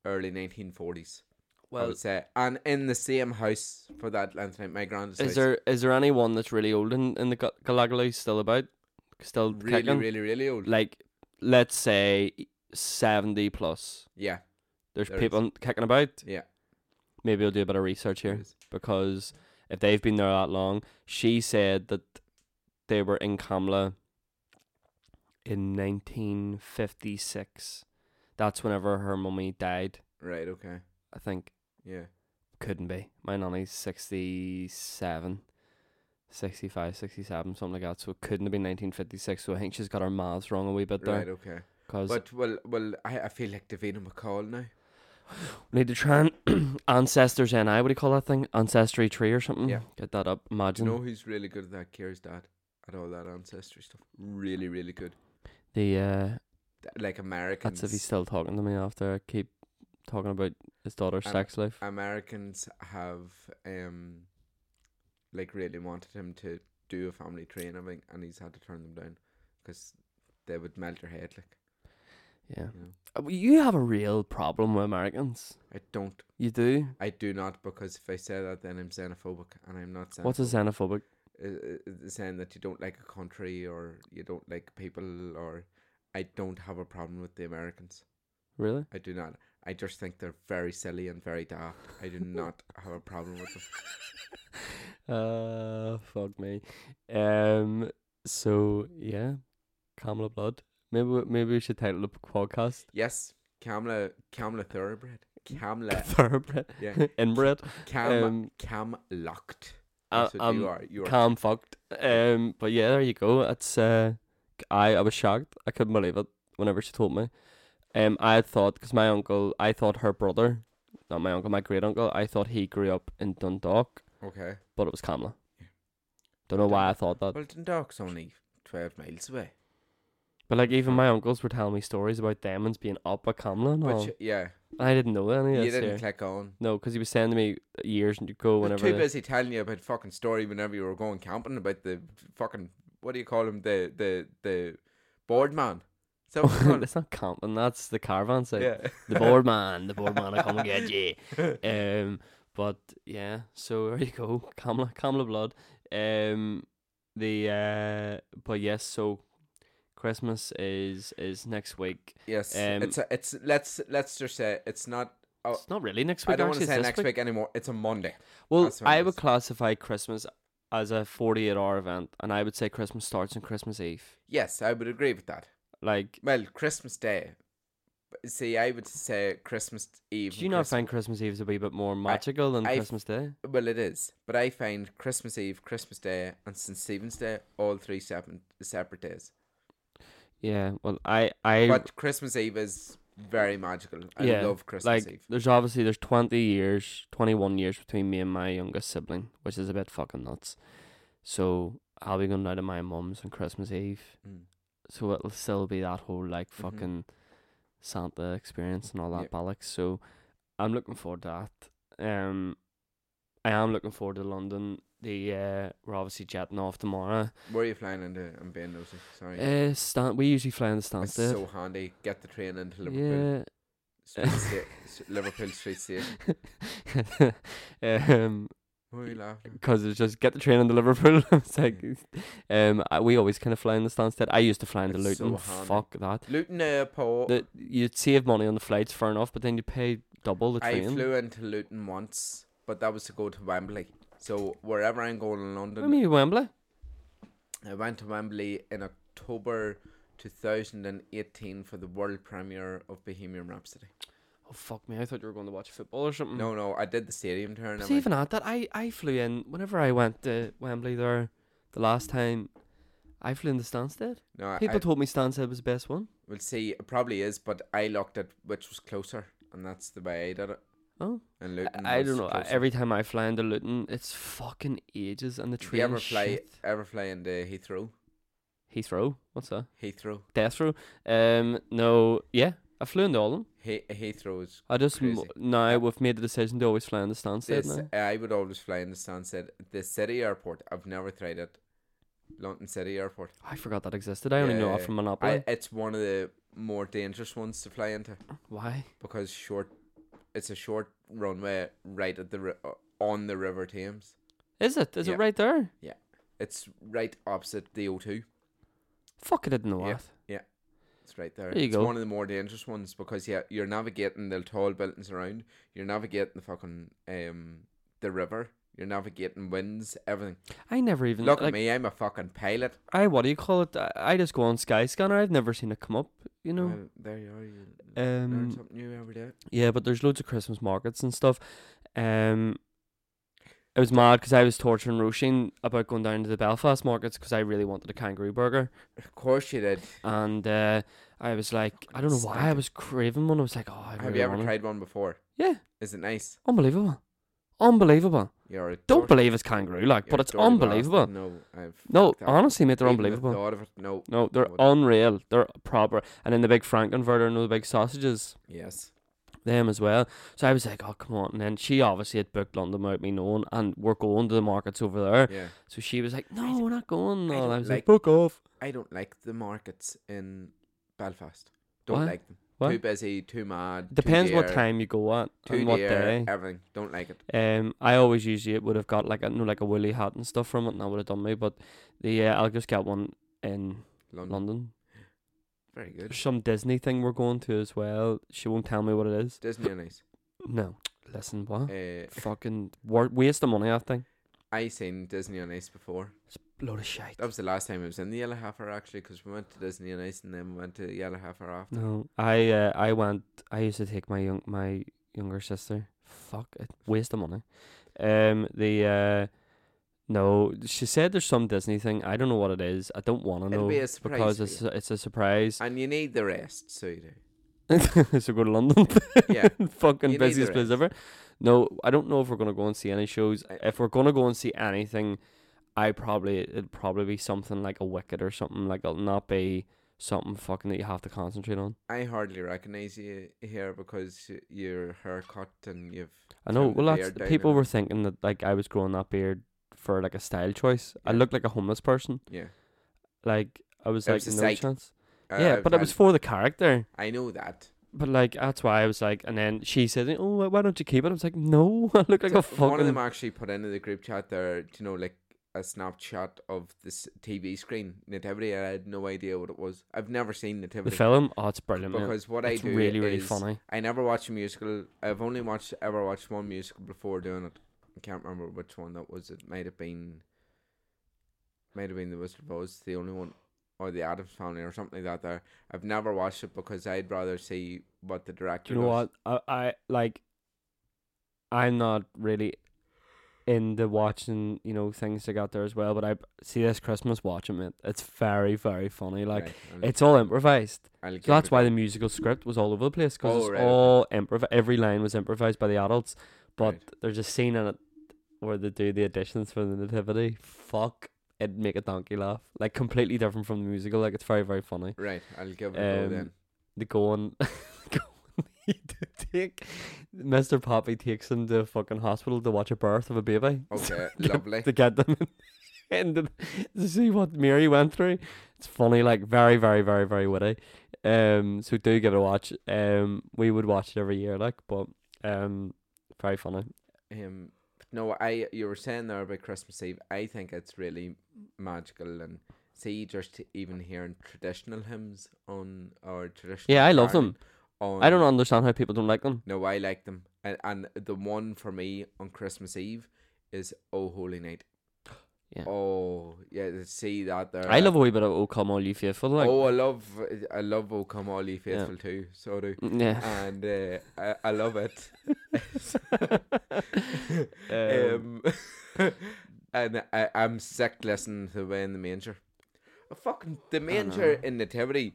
Speaker 2: early 1940s. I
Speaker 1: well,
Speaker 2: would say, and in the same house for that length of time, my grandest house.
Speaker 1: Is there is there anyone that's really old in, in the Gal- Gallagleys still about? Still
Speaker 2: really,
Speaker 1: kicking?
Speaker 2: really, really old?
Speaker 1: Like, let's say 70 plus.
Speaker 2: yeah,
Speaker 1: There's
Speaker 2: There is.
Speaker 1: people kicking about.
Speaker 2: yeah.
Speaker 1: Maybe I'll do a bit of research
Speaker 2: there
Speaker 1: here
Speaker 2: is.
Speaker 1: because if they've been there that long, she said that they were in Kamla in 1956. That's whenever her mummy died,
Speaker 2: Right. Okay.
Speaker 1: I think.
Speaker 2: Yeah.
Speaker 1: couldn't be. My nanny's 67, 65, 67, something like that. So it couldn't have been 1956. So I think she's got uh, her maths wrong a wee bit there.
Speaker 2: Right. Okay.
Speaker 1: 'cause-
Speaker 2: But well, well, I, I feel like Davina McCall now.
Speaker 1: We need to try and ancestors NI. What do you call that thing? Ancestry tree or something.
Speaker 2: Yeah.
Speaker 1: Get that up.
Speaker 2: Do
Speaker 1: Imagine
Speaker 2: you know who's really good at that? Kira's dad at all that ancestry stuff. Really, really good.
Speaker 1: the. uh
Speaker 2: Th- Like Americans.
Speaker 1: That's if he's still talking to me after I keep talking about his daughter's
Speaker 2: Um,
Speaker 1: sex life.
Speaker 2: Americans have um like really wanted him to do a family tree and everything, and he's had to turn them down because they would melt your head. Like
Speaker 1: yeah.
Speaker 2: you know,
Speaker 1: Uh, well, You have a real problem with Americans.
Speaker 2: I don't,
Speaker 1: You do?
Speaker 2: I do not, because if I say that, then I'm xenophobic, and I'm not. Xenophobic.
Speaker 1: What's a xenophobic?
Speaker 2: uh, uh, saying that you don't like a country or you don't like people or I don't have a problem with the Americans.
Speaker 1: Really?
Speaker 2: I do not. I just think they're very silly and very daft. I do not have a problem with them.
Speaker 1: Uh, fuck me. Um. So yeah, Kamala Blood. Maybe we- maybe we should title the podcast
Speaker 2: Yes, Kamla Kamla Thoroughbred. Kamla
Speaker 1: Thoroughbred,
Speaker 2: yeah.
Speaker 1: Inbred,
Speaker 2: Cam
Speaker 1: Um,
Speaker 2: Cam Locked.
Speaker 1: uh,
Speaker 2: That's what
Speaker 1: um,
Speaker 2: you are. You are
Speaker 1: Cam fucked. Um. But yeah, there you go. It's uh, I I was shocked. I couldn't believe it whenever she told me. Um, I had thought because my uncle, I thought her brother, not my uncle, my great uncle, I thought he grew up in Dundalk,
Speaker 2: okay.
Speaker 1: but it was Kamala.
Speaker 2: Yeah.
Speaker 1: Don't know why I thought that.
Speaker 2: Well, Dundalk's only twelve miles away.
Speaker 1: But like even my uncles were telling me stories about diamonds being up at Kamala and all.
Speaker 2: But you, yeah,
Speaker 1: I didn't know any of
Speaker 2: you
Speaker 1: this. here.
Speaker 2: didn't click on.
Speaker 1: No, because he was saying to me years ago
Speaker 2: They're
Speaker 1: whenever.
Speaker 2: too
Speaker 1: the-
Speaker 2: busy telling you about fucking story whenever you were going camping about the fucking what do you call him the the the board man. Is that what you call him?
Speaker 1: it's not camping. That's the caravan side.
Speaker 2: yeah.
Speaker 1: The board man, the board man, I come and get you. Um, but yeah, so there you go, Kamala, Kamala Blood. Um, the uh, but yes, so Christmas is is next week.
Speaker 2: Yes,
Speaker 1: Um,
Speaker 2: it's a, it's let's let's just say it's not. Oh,
Speaker 1: It's not really next week.
Speaker 2: I don't want
Speaker 1: actually,
Speaker 2: to
Speaker 1: it's
Speaker 2: say
Speaker 1: this
Speaker 2: next week. anymore. It's a Monday.
Speaker 1: Well,
Speaker 2: That's what it
Speaker 1: I would
Speaker 2: is.
Speaker 1: classify Christmas as a 48 hour event, and I would say Christmas starts on Christmas Eve.
Speaker 2: Yes, I would agree with that.
Speaker 1: Like,
Speaker 2: Well, Christmas Day. See, I would say Christmas Eve.
Speaker 1: do
Speaker 2: and
Speaker 1: you not
Speaker 2: Christ-
Speaker 1: find Christmas Eve is a wee bit more magical than
Speaker 2: I-
Speaker 1: Christmas Day?
Speaker 2: Well, it is, but I find Christmas Eve, Christmas Day, and St Stephen's Day all three separate separate days.
Speaker 1: Yeah, well, I, I
Speaker 2: But Christmas Eve is very magical. I
Speaker 1: Yeah,
Speaker 2: love Christmas
Speaker 1: like.
Speaker 2: Eve.
Speaker 1: There's obviously there's 20 years, 21 years between me and my youngest sibling, which is a bit fucking nuts. So I'll be going down to my mum's on Christmas Eve,
Speaker 2: Mm.
Speaker 1: so it'll still be that whole like
Speaker 2: Mhm.
Speaker 1: fucking Santa experience and all that
Speaker 2: Yep.
Speaker 1: bollocks. So I'm looking forward to that. Um, I am looking forward to London. The uh, we're obviously jetting off tomorrow.
Speaker 2: Where are you flying into? I'm being nosy. Sorry.
Speaker 1: Uh, Stan- we usually fly in the
Speaker 2: it's
Speaker 1: Stansted.
Speaker 2: so handy. Get the train into Liverpool.
Speaker 1: yeah,
Speaker 2: Street sta- s- Liverpool Street Station.
Speaker 1: um,
Speaker 2: Why are you laughing?
Speaker 1: because it's just get the train into Liverpool. it's like, um, I- we always kind of fly in the Stansted. I used to fly into
Speaker 2: It's so
Speaker 1: Luton.
Speaker 2: handy.
Speaker 1: Fuck that.
Speaker 2: Luton Airport.
Speaker 1: The, you'd save money on the flights, fair enough, but then you pay double the
Speaker 2: I
Speaker 1: train.
Speaker 2: flew into Luton once, but that was to go to Wembley. So wherever I'm going in London,
Speaker 1: I mean, Wembley.
Speaker 2: I went to Wembley in October 2018 for the world premiere of Bohemian Rhapsody.
Speaker 1: Oh fuck me! I thought you were going to watch football or something.
Speaker 2: No, no, I did the stadium tour and
Speaker 1: But
Speaker 2: everything.
Speaker 1: even at that, I I flew in whenever I went to Wembley there the last time. I flew in the Stansted.
Speaker 2: No, I,
Speaker 1: People told me Stansted was the best one.
Speaker 2: will see. It probably is, but I looked at which was closer, and that's the way I did it.
Speaker 1: Oh,
Speaker 2: And Luton.
Speaker 1: I, I
Speaker 2: was
Speaker 1: don't know. I-
Speaker 2: closer.
Speaker 1: Every time I fly into Luton, it's fucking ages, and the
Speaker 2: Did
Speaker 1: train.
Speaker 2: you ever
Speaker 1: is
Speaker 2: fly
Speaker 1: shit.
Speaker 2: ever fly into Heathrow?
Speaker 1: Heathrow. What's that?
Speaker 2: Heathrow.
Speaker 1: Death row. Um, no, yeah, I flew into all of them.
Speaker 2: He- Heathrow is
Speaker 1: I just m-
Speaker 2: Crazy.
Speaker 1: now we've made the decision to always fly in the Stansted
Speaker 2: This,
Speaker 1: now.
Speaker 2: I would always fly in the Stansted. The city airport, I've never tried it. London City Airport.
Speaker 1: I forgot that existed. I only know it
Speaker 2: Yeah,
Speaker 1: from
Speaker 2: I,
Speaker 1: Monopoly.
Speaker 2: it's one of the more dangerous ones to fly into
Speaker 1: Why?
Speaker 2: because short, it's a short runway right at the ri- uh, on the River Thames.
Speaker 1: Is it? Is
Speaker 2: Yeah.
Speaker 1: it right there?
Speaker 2: It's right opposite the O2.
Speaker 1: Fuck, I didn't know
Speaker 2: Yeah.
Speaker 1: that.
Speaker 2: It's right there.
Speaker 1: There you
Speaker 2: it's
Speaker 1: go.
Speaker 2: one of the more dangerous ones because yeah, you're navigating the tall buildings around. You're navigating the fucking um the river. You're navigating winds, everything.
Speaker 1: I never even
Speaker 2: Look
Speaker 1: like,
Speaker 2: at me, I'm a fucking pilot.
Speaker 1: I what do you call it? I, I just go on Skyscanner. I've never seen it come up. You know.
Speaker 2: Well, there you are. You learn
Speaker 1: um.
Speaker 2: something new every day.
Speaker 1: Yeah, but there's loads of Christmas markets and stuff. Um. it was mad because I was torturing Roisin about going down to the Belfast markets because I really wanted a kangaroo burger,
Speaker 2: Of course you did.
Speaker 1: and uh, I was like, I don't know why I was craving one. I was like, oh, I really
Speaker 2: Have you ever
Speaker 1: want it."
Speaker 2: tried one before?
Speaker 1: Yeah,
Speaker 2: Is it nice?
Speaker 1: unbelievable, unbelievable.
Speaker 2: You're a
Speaker 1: Don't
Speaker 2: dor-
Speaker 1: believe it's kangaroo like,
Speaker 2: you're
Speaker 1: but
Speaker 2: a
Speaker 1: it's
Speaker 2: dirty bastard.
Speaker 1: unbelievable.
Speaker 2: No, I've
Speaker 1: No,
Speaker 2: fucked that.
Speaker 1: honestly, mate, they're
Speaker 2: Even the
Speaker 1: unbelievable.
Speaker 2: Thought of it. No.
Speaker 1: No, they're
Speaker 2: would-
Speaker 1: unreal. They're proper. And then the big Frankenfurter and all the big sausages,
Speaker 2: Yes.
Speaker 1: them as well. So I was like, oh, come on. And then she obviously had booked London without me knowing, and we're going to the markets over there.
Speaker 2: Yeah.
Speaker 1: So she was like, no, we're not going. And
Speaker 2: I
Speaker 1: I
Speaker 2: don't
Speaker 1: was
Speaker 2: like-
Speaker 1: like, book off.
Speaker 2: I don't like the markets in Belfast. Don't
Speaker 1: Why?
Speaker 2: like them.
Speaker 1: Why?
Speaker 2: Too busy. Too mad.
Speaker 1: Depends
Speaker 2: too
Speaker 1: what
Speaker 2: dear,
Speaker 1: time you go at
Speaker 2: Too
Speaker 1: and what
Speaker 2: dear,
Speaker 1: day.
Speaker 2: Everything. Don't like it.
Speaker 1: Um, I always usually would have got like a, you know, like a woolly hat and stuff from it, and that would have done me. But the uh, I'll just get one in
Speaker 2: London.
Speaker 1: London.
Speaker 2: Very good.
Speaker 1: There's some Disney thing we're going to as well. She won't tell me what it is.
Speaker 2: Disney are nice.
Speaker 1: No, listen, what?
Speaker 2: Uh,
Speaker 1: Fucking wor- waste of money, I think.
Speaker 2: I seen Disney on Ice before.
Speaker 1: It's a load of shite.
Speaker 2: That was the last time I was in the Yellow Half Hour actually, because we went to Disney on Ice and then we went to Yellow Half Hour after.
Speaker 1: No, I uh, I went. I used to take my young my younger sister. Fuck it, waste of money. Um, the uh, no, she said there's some Disney thing. I don't know what it is. I don't want to
Speaker 2: It'll
Speaker 1: know
Speaker 2: be a
Speaker 1: because
Speaker 2: surprise for Ah.
Speaker 1: it's a, it's a surprise.
Speaker 2: And you need the rest, so you do.
Speaker 1: so go to London.
Speaker 2: Yeah.
Speaker 1: fucking
Speaker 2: You need the
Speaker 1: busiest place
Speaker 2: rest.
Speaker 1: ever. No, I don't know if we're gonna go and see any shows.
Speaker 2: I-
Speaker 1: If we're gonna go and see anything, I probably it'd probably be something like a Wicked or something. Like it'll not be something fucking that you have to concentrate on.
Speaker 2: I hardly recognize you here because y- your haircut and you've.
Speaker 1: I know.
Speaker 2: trimmed the
Speaker 1: Well, that's
Speaker 2: beard down
Speaker 1: people
Speaker 2: and-
Speaker 1: were thinking that like I was growing that beard for like a style choice. I
Speaker 2: Yeah.
Speaker 1: looked like a homeless person.
Speaker 2: Yeah.
Speaker 1: Like I was
Speaker 2: It
Speaker 1: like
Speaker 2: was a
Speaker 1: no
Speaker 2: sight.
Speaker 1: chance.
Speaker 2: I-
Speaker 1: yeah,
Speaker 2: I've
Speaker 1: but it
Speaker 2: had-
Speaker 1: was for the character.
Speaker 2: I know that.
Speaker 1: But like that's why I was like, and then she said, "Oh, wh- why don't you keep it?" I was like, "No, I look like
Speaker 2: So
Speaker 1: a fucking."
Speaker 2: One of them actually put into the group chat there, you know, like a snapshot of this TV screen, Nativity. and I had no idea what it was. I've never seen
Speaker 1: the
Speaker 2: Nativity.
Speaker 1: film. Oh, it's brilliant. mate.
Speaker 2: because what
Speaker 1: it's
Speaker 2: I do
Speaker 1: really, really
Speaker 2: is
Speaker 1: funny.
Speaker 2: I never watch a musical. I've only watched ever watched one musical before doing it. I can't remember which one that was. It might have been, might have been The Wizard of Oz, the only one, or The Adams Family, or something like that. There, I've never watched it because I'd rather see what the director.
Speaker 1: Do you know
Speaker 2: does.
Speaker 1: what? I, I like. I'm not really into watching, you know, things like out there as well. But I see this Christmas watching it. It's very, very funny. Like
Speaker 2: Right, I'll-
Speaker 1: it's all improvised.
Speaker 2: I'll
Speaker 1: So
Speaker 2: give
Speaker 1: that's
Speaker 2: it-
Speaker 1: why the musical script was all over the place because
Speaker 2: Oh,
Speaker 1: it's
Speaker 2: right, okay.
Speaker 1: all improv. Every line was improvised by the adults, but
Speaker 2: Right.
Speaker 1: there's a scene in it where they do the additions for the nativity. Fuck, it'd make a donkey laugh. Like completely different from the musical. Like it's very very funny.
Speaker 2: Right, I'll give it a
Speaker 1: Um,
Speaker 2: go then.
Speaker 1: The going, to take Mr. Poppy takes him to a fucking hospital to watch a birth of a baby
Speaker 2: Okay,
Speaker 1: get-
Speaker 2: lovely.
Speaker 1: to get them in the, to see what Mary went through. It's funny, like very, very, very, very witty. Um, so do give it a watch. Um, we would watch it every year, like, but um, very funny.
Speaker 2: Um, but no, I you were saying there about Christmas Eve. I think it's really magical and see just even hearing traditional hymns on or traditional.
Speaker 1: Yeah, I love
Speaker 2: Ireland
Speaker 1: them. I don't
Speaker 2: on-
Speaker 1: understand how people don't like them.
Speaker 2: No, I like them, and and the one for me on Christmas Eve is Oh Holy Night.
Speaker 1: Yeah.
Speaker 2: Oh yeah, to see that there.
Speaker 1: I love a wee bit of "Oh Come All You Faithful," like,
Speaker 2: Uh, oh, I love I love Oh Come All Ye Faithful too. So do.
Speaker 1: yeah.
Speaker 2: And uh, I, I love it.
Speaker 1: Um,
Speaker 2: Um, and I, I'm sick listening to way in the manger. Uh, fucking the manger in nativity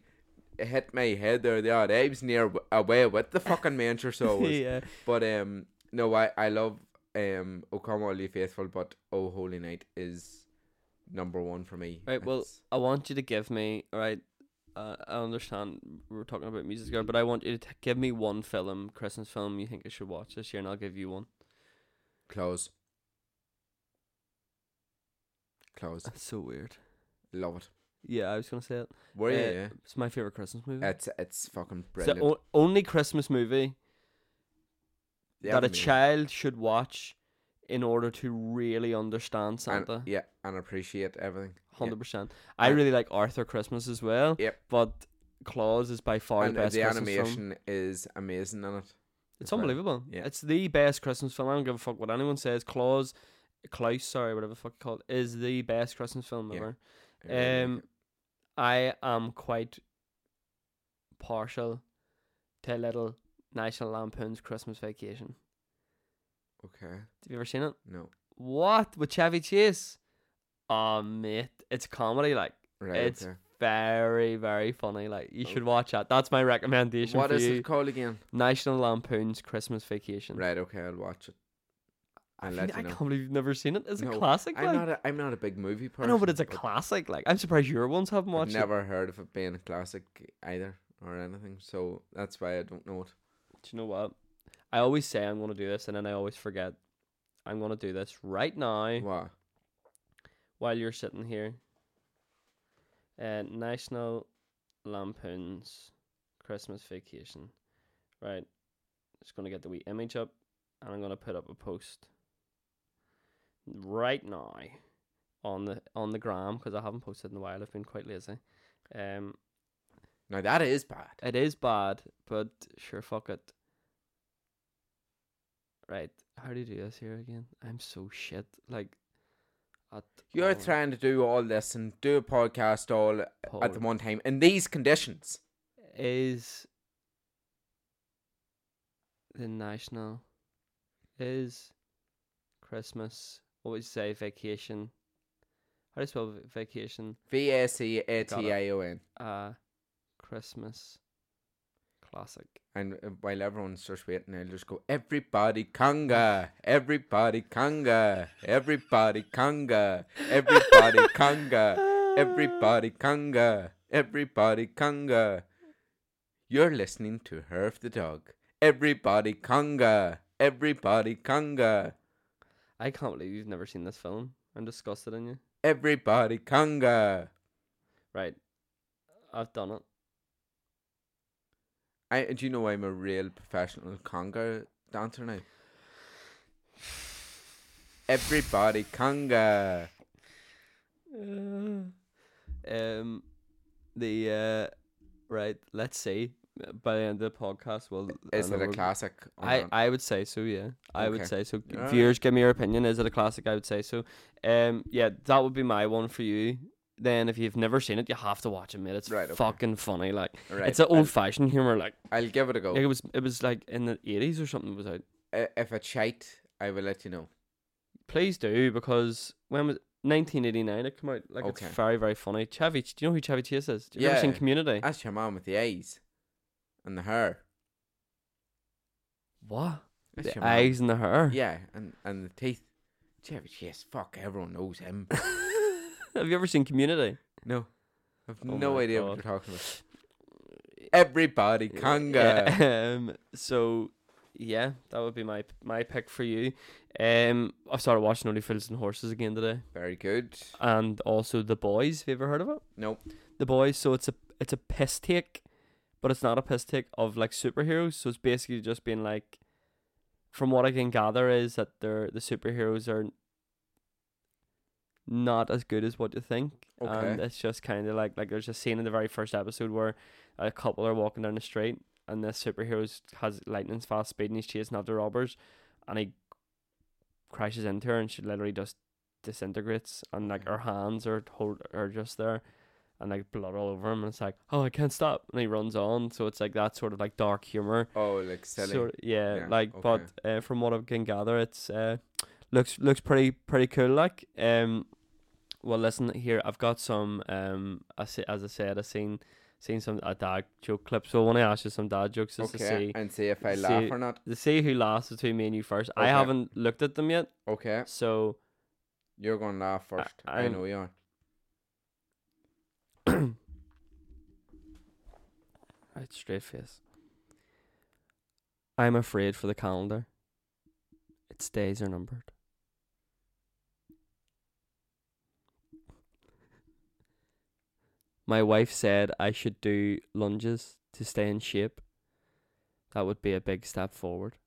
Speaker 2: hit my head there. The other day. I was near w- away with the fucking manger, so I was.
Speaker 1: yeah,
Speaker 2: But um, no, I I love um, O Come All Ye Faithful, but O Holy Night is number one for me.
Speaker 1: Right, well,
Speaker 2: It's-
Speaker 1: I want you to give me right. Uh, I understand we we're talking about music here, but I want you to t- give me one film, Christmas film you think I should watch this year, and I'll give you one.
Speaker 2: close, close,
Speaker 1: That's so weird.
Speaker 2: love it.
Speaker 1: Yeah, I was gonna say it.
Speaker 2: Were you?
Speaker 1: Uh,
Speaker 2: yeah?
Speaker 1: It's my favorite Christmas movie.
Speaker 2: It's it's fucking
Speaker 1: it's the
Speaker 2: brilliant.
Speaker 1: o- only Christmas movie that
Speaker 2: They
Speaker 1: a
Speaker 2: haven't made-
Speaker 1: child should watch in order to really understand
Speaker 2: and-
Speaker 1: Santa.
Speaker 2: yeah, and appreciate everything.
Speaker 1: Hundred percent. I
Speaker 2: And-
Speaker 1: really like Arthur Christmas as well.
Speaker 2: Yep.
Speaker 1: But Claus is by far
Speaker 2: and
Speaker 1: the
Speaker 2: uh,
Speaker 1: best
Speaker 2: the
Speaker 1: Christmas film.
Speaker 2: animation is amazing in it.
Speaker 1: It's
Speaker 2: as well.
Speaker 1: unbelievable.
Speaker 2: Yeah.
Speaker 1: It's the best Christmas film. I don't give a fuck what anyone says. Claus, Klaus, sorry, whatever the fuck it's called, is the best Christmas film
Speaker 2: Yeah.
Speaker 1: ever.
Speaker 2: I really
Speaker 1: Um,
Speaker 2: like it.
Speaker 1: I am quite partial to little National Lampoon's Christmas Vacation.
Speaker 2: okay,
Speaker 1: Have you ever seen it?
Speaker 2: no,
Speaker 1: What with Chevy Chase? Oh mate, it's comedy like
Speaker 2: Right.
Speaker 1: It's
Speaker 2: okay.
Speaker 1: very very funny. Like you should watch that. That's my recommendation
Speaker 2: Oh. What
Speaker 1: for
Speaker 2: is
Speaker 1: you.
Speaker 2: it called again?
Speaker 1: National Lampoon's Christmas Vacation.
Speaker 2: Right. Okay, I'll watch it.
Speaker 1: I,
Speaker 2: I'll
Speaker 1: think-
Speaker 2: let
Speaker 1: I
Speaker 2: you know.
Speaker 1: can't believe you've never seen it. It's
Speaker 2: No,
Speaker 1: a classic.
Speaker 2: I'm
Speaker 1: like.
Speaker 2: not. A, I'm not a big movie
Speaker 1: I
Speaker 2: person.
Speaker 1: know, but it's a
Speaker 2: but
Speaker 1: classic. Like I'm surprised your ones haven't
Speaker 2: I've
Speaker 1: watched it.
Speaker 2: never heard of it being a classic either or anything, so that's why I don't know it.
Speaker 1: Do you know what? I always say I'm gonna do this, and then I always forget. I'm gonna do this right now
Speaker 2: Wow.
Speaker 1: while you're sitting here. Uh, National Lampoon's Christmas Vacation. Right, just gonna get the wee image up, and I'm gonna put up a post right now on the on the gram because I haven't posted in a while. I've been quite lazy. Um,
Speaker 2: Now that is bad.
Speaker 1: it is bad, but sure, fuck it. Right, how do you do this here again? I'm so shit. Like, at
Speaker 2: You're
Speaker 1: all
Speaker 2: trying to do all this and do a podcast all at the
Speaker 1: Paul
Speaker 2: one time in these conditions.
Speaker 1: is the national is Christmas. What would you say? Vacation. How do you spell va- vacation?
Speaker 2: V S E A T I O N.
Speaker 1: Uh, Christmas. Classic.
Speaker 2: And uh, while everyone's just waiting, I'll just go, everybody conga, everybody conga, everybody conga, everybody conga, everybody conga, everybody conga. You're listening to Herf the Dog. Everybody conga, everybody conga,
Speaker 1: I can't believe you've never seen this film. I'm disgusted in you.
Speaker 2: everybody conga.
Speaker 1: Right. I've done it.
Speaker 2: I do you know I'm a real professional conga dancer now? Everybody conga.
Speaker 1: um, the uh, right. Let's see. By the end of the podcast, we'll.
Speaker 2: Is
Speaker 1: I know
Speaker 2: it a
Speaker 1: we'll-
Speaker 2: classic? or
Speaker 1: I,
Speaker 2: not?
Speaker 1: I would say so. Yeah, I would
Speaker 2: Okay.
Speaker 1: say so. G-
Speaker 2: Alright.
Speaker 1: Viewers, give me your opinion. Is it a classic? I would say so. Um, yeah, that would be my one for you. Then, if you've never seen it, you have to watch it, mate. It's
Speaker 2: Right, okay.
Speaker 1: fucking funny. Like
Speaker 2: Right, Oh.
Speaker 1: it's an
Speaker 2: I'll-
Speaker 1: old-fashioned humor. Like
Speaker 2: I'll give it a go.
Speaker 1: it was. It was like in the eighties or something. It was out.
Speaker 2: I- if it's shite, I will let you know.
Speaker 1: Please do because when was 1989 it came out like
Speaker 2: Okay.
Speaker 1: it's very very funny. Chevy, Ch- do you know who Chevy Chase is? Do you ever seen
Speaker 2: Yeah.
Speaker 1: Community?
Speaker 2: That's your mom with the eyes and the hair.
Speaker 1: what?
Speaker 2: That's
Speaker 1: The
Speaker 2: your man.
Speaker 1: eyes and the hair.
Speaker 2: Yeah, and and the teeth. Jerry Chase, fuck, everyone knows him.
Speaker 1: Have you ever seen Community?
Speaker 2: No, I've
Speaker 1: Oh
Speaker 2: no
Speaker 1: my
Speaker 2: idea what
Speaker 1: God.
Speaker 2: you're talking about. Everybody conga.
Speaker 1: Yeah, um, so yeah, that would be my my pick for you. Um, I started watching Only Fools and Horses again today,
Speaker 2: Very good.
Speaker 1: and also The Boys. Have you ever heard of it?
Speaker 2: Nope.
Speaker 1: The Boys. So it's a it's a piss take, but it's not a piss take of like superheroes. So it's basically just being like, from what I can gather, is that they're the superheroes are not as good as what you think. And
Speaker 2: Okay.
Speaker 1: it's just kind of like like there's a scene in the very first episode where a couple are walking down the street and this superhero has lightning's fast speed and he's chasing after robbers, and he crashes into her and she literally just disintegrates and like
Speaker 2: Okay.
Speaker 1: her hands are hold are just there and like blood all over him and it's like oh i can't stop and he runs on so it's like that sort of like dark humor
Speaker 2: Oh, like silly.
Speaker 1: sort yeah,
Speaker 2: Yeah,
Speaker 1: like but uh, from what i can gather it's uh looks looks pretty pretty cool like um well listen here i've got some um I se- as i said i've seen seen some a dad joke clip so i want to ask you some dad jokes just to
Speaker 2: okay,
Speaker 1: see
Speaker 2: and see if I laugh
Speaker 1: see-
Speaker 2: or not.
Speaker 1: to see who laughs between me and you first i
Speaker 2: Okay.
Speaker 1: haven't looked at them yet
Speaker 2: Okay,
Speaker 1: so
Speaker 2: you're going to laugh first. I,
Speaker 1: I'm-
Speaker 2: know you are.
Speaker 1: Right, straight face. I'm afraid for the calendar. Its days are numbered. My wife said I should do lunges to stay in shape. That would be a big step forward.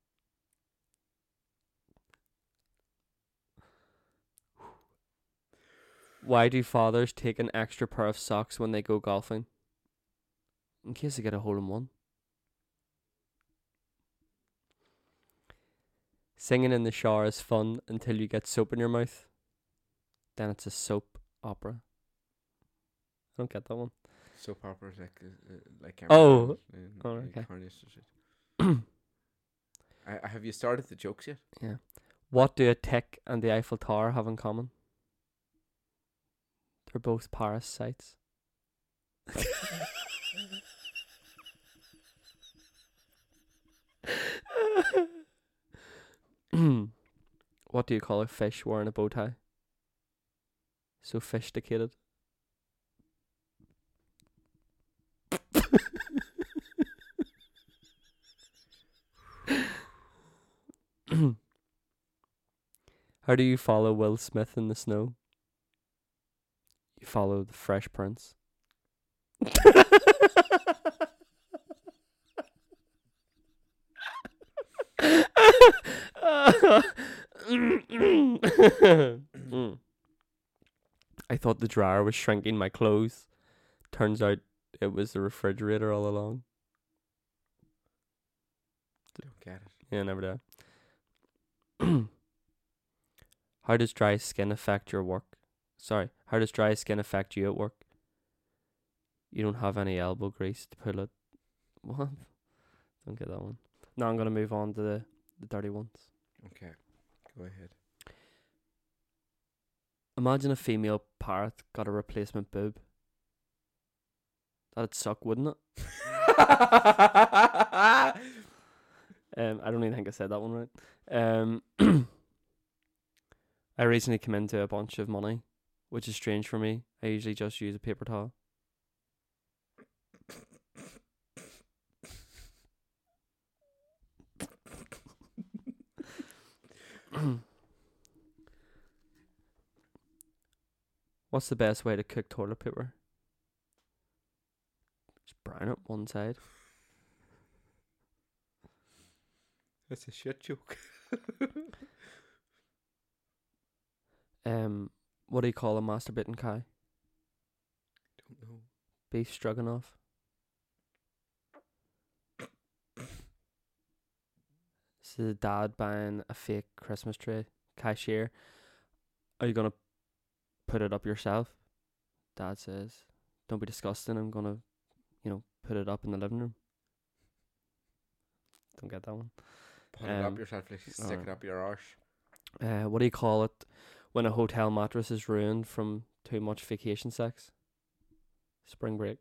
Speaker 1: Why do fathers take an extra pair of socks when they go golfing? In case they get a hole in one. Singing in the shower is fun until you get soap in your mouth. Then it's a soap opera. I don't get that one.
Speaker 2: Soap operas like uh, uh, like
Speaker 1: Oh.
Speaker 2: Cameron
Speaker 1: Oh,
Speaker 2: and
Speaker 1: okay.
Speaker 2: Uh, Carnation shit. I, I- have you started the jokes yet?
Speaker 1: What do a tick and the Eiffel Tower have in common? They're both Paris sites. what do you call a fish wearing a bow tie? So fisticated. How do you follow Will Smith in the snow? You follow the Fresh Prince. I thought the dryer was shrinking my clothes. Turns out it was the refrigerator all along.
Speaker 2: Don't get it.
Speaker 1: Yeah, never did. how does dry skin affect your work? Sorry, how does dry skin affect you at work? You don't have any elbow grease to pull it. What? Don't get that one. Now I'm gonna move on to the, the dirty ones.
Speaker 2: Go ahead.
Speaker 1: Imagine a female parrot got a replacement boob. That'd suck, wouldn't it? Um, I don't even think I said that one right. Um, I recently came into a bunch of money, which is strange for me. I usually just use a paper towel. What's the best way to cook toilet paper? Just brown it one side.
Speaker 2: That's a shit joke.
Speaker 1: Um, what do you call a masturbating cow?
Speaker 2: Don't know.
Speaker 1: Beef stroganoff. This is a dad buying a fake Christmas tree. Cashier, are you gonna put it up yourself? Dad says, "Don't be disgusting. I'm gonna, you know, put it up in the living room." Don't get that one.
Speaker 2: Put it
Speaker 1: Um,
Speaker 2: up yourself, like stick
Speaker 1: alright.
Speaker 2: it up your arse.
Speaker 1: Uh, what do you call it when a hotel mattress is ruined from too much vacation sex? Spring break.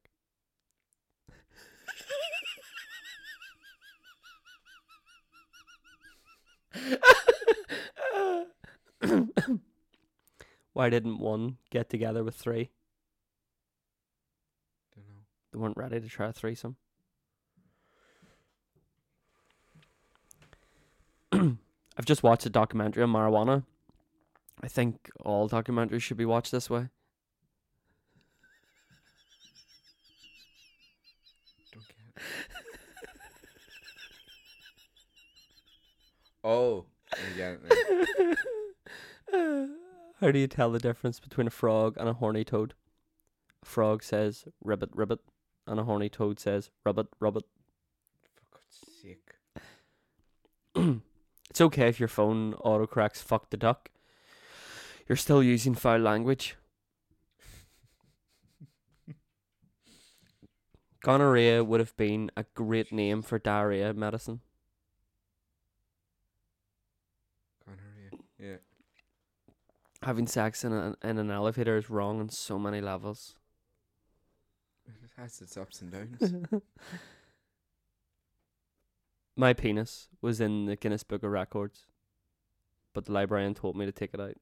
Speaker 1: Why didn't one get together with three?
Speaker 2: Don't know.
Speaker 1: They weren't ready to try a threesome. I've just watched a documentary on marijuana. I think all documentaries should be watched this way.
Speaker 2: Don't get it. Oh, I get it now.
Speaker 1: How do you tell the difference between a frog and a horny toad? A frog says ribbit ribbit, and a horny toad says rubbit rubbit.
Speaker 2: For God's sake.
Speaker 1: it's okay if your phone autocorrects fuck the duck. You're still using foul language. Gonorrhea would have been a great name for diarrhea medicine.
Speaker 2: Gonorrhea. Yeah.
Speaker 1: Having sex in, a, in an elevator is wrong on so many levels.
Speaker 2: It has its ups and downs.
Speaker 1: My penis was in the Guinness Book of Records, but the librarian told me to take it out.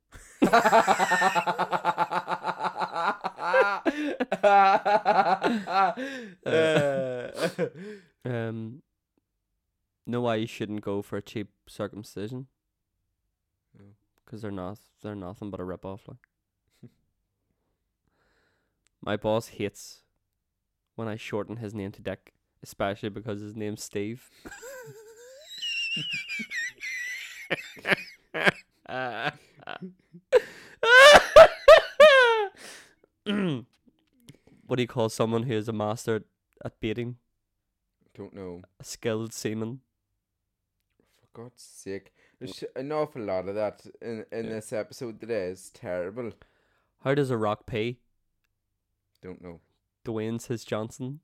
Speaker 2: Uh,
Speaker 1: Um, know why you shouldn't go for a cheap circumcision?
Speaker 2: No.
Speaker 1: Because they're not, they're nothing but a rip off. Like, my boss hates when I shorten his name to Dick, especially because his name's Steve. what do you call someone who is a master at- at baiting?
Speaker 2: Don't know.
Speaker 1: A skilled seaman.
Speaker 2: For God's sake. There's an awful lot of that in, in
Speaker 1: Yeah.
Speaker 2: this episode today. It's terrible.
Speaker 1: How does a rock pay?
Speaker 2: Don't know.
Speaker 1: Dwayne says Johnson.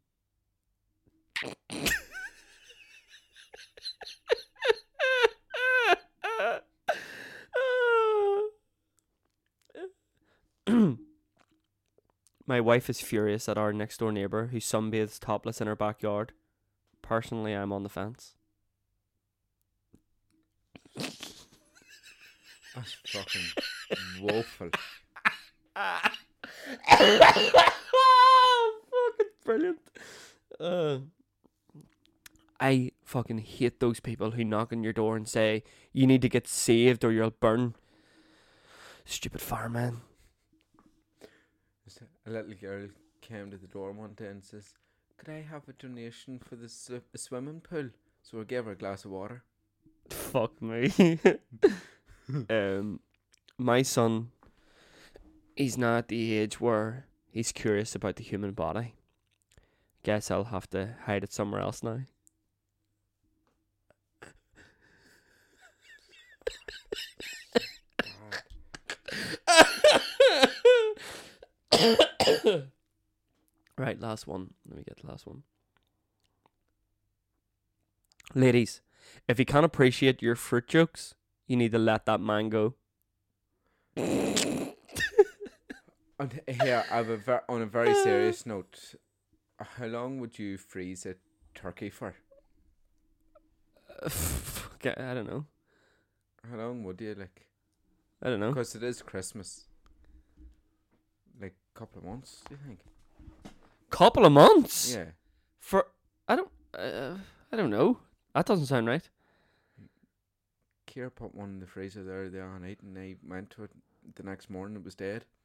Speaker 1: My wife is furious at our next door neighbor who sunbathes topless in her backyard. Personally, I'm on the fence.
Speaker 2: That's fucking woeful.
Speaker 1: Ah. fucking Oh, brilliant. Uh, I fucking hate those people who knock on your door and say, you need to get saved or you'll burn. Stupid fireman.
Speaker 2: Just A little girl came to the door one day and says, Could I have a donation for the sw- swimming pool? So I gave her a glass of water.
Speaker 1: Fuck me. um, my son, he's now at the age where he's curious about the human body. Guess I'll have to hide it somewhere else now. right, last one. Let me get the last one. Ladies, if you can't appreciate your fruit jokes, you need to let that man go.
Speaker 2: And here, I have a ver- on a very serious note. How long would you freeze a turkey for?
Speaker 1: okay, I don't know.
Speaker 2: How long would you like?
Speaker 1: I don't know.
Speaker 2: Because it is Christmas. Like a couple of months, do you think?
Speaker 1: Couple of months
Speaker 2: Yeah.
Speaker 1: for I don't uh, I don't know. That doesn't sound right.
Speaker 2: Kier put one in the freezer there the other night, and I went to it the next morning. It was dead.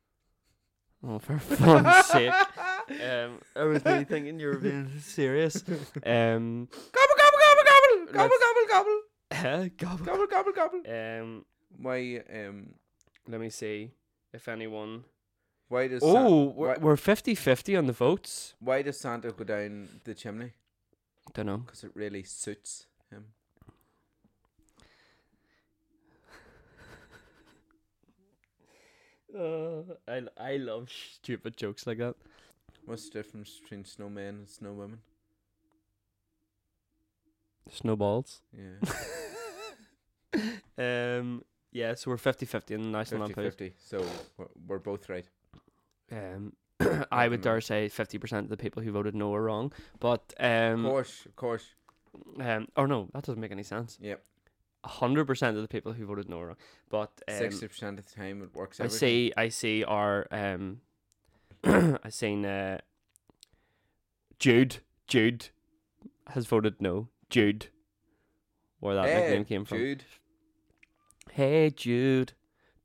Speaker 1: Oh, for fuck's sake! Um, I was really thinking you were being serious. Um,
Speaker 2: Gobble gobble gobble gobble
Speaker 1: Let's-
Speaker 2: gobble gobble gobble
Speaker 1: eh, gobble.
Speaker 2: gobble gobble gobble.
Speaker 1: Um,
Speaker 2: Why um
Speaker 1: let me see if anyone.
Speaker 2: why does San-
Speaker 1: Oh, we're,
Speaker 2: why,
Speaker 1: we're 50-50 on the votes.
Speaker 2: why does Santa go down the chimney?
Speaker 1: Don't know.
Speaker 2: Because it really suits him.
Speaker 1: Uh, I I love stupid jokes like that.
Speaker 2: What's the difference between snowmen and snowwomen?
Speaker 1: Snowballs.
Speaker 2: Yeah,
Speaker 1: um. Yeah, so we're 50-50 in the national
Speaker 2: 50
Speaker 1: lampoon.
Speaker 2: 50. So we're, we're both right.
Speaker 1: Um, I would
Speaker 2: Mm.
Speaker 1: dare say fifty percent of the people who voted no were wrong, but
Speaker 2: Of
Speaker 1: um,
Speaker 2: course, of course.
Speaker 1: um, or no, that doesn't make any sense.
Speaker 2: Yep.
Speaker 1: hundred percent of the people who voted no were wrong, but um,
Speaker 2: Sixty percent of the time it works.
Speaker 1: I
Speaker 2: everything.
Speaker 1: see, I see our um, I seen uh, Jude, Jude has voted no, Jude, where that
Speaker 2: Hey,
Speaker 1: nickname came from.
Speaker 2: Jude.
Speaker 1: Hey Jude,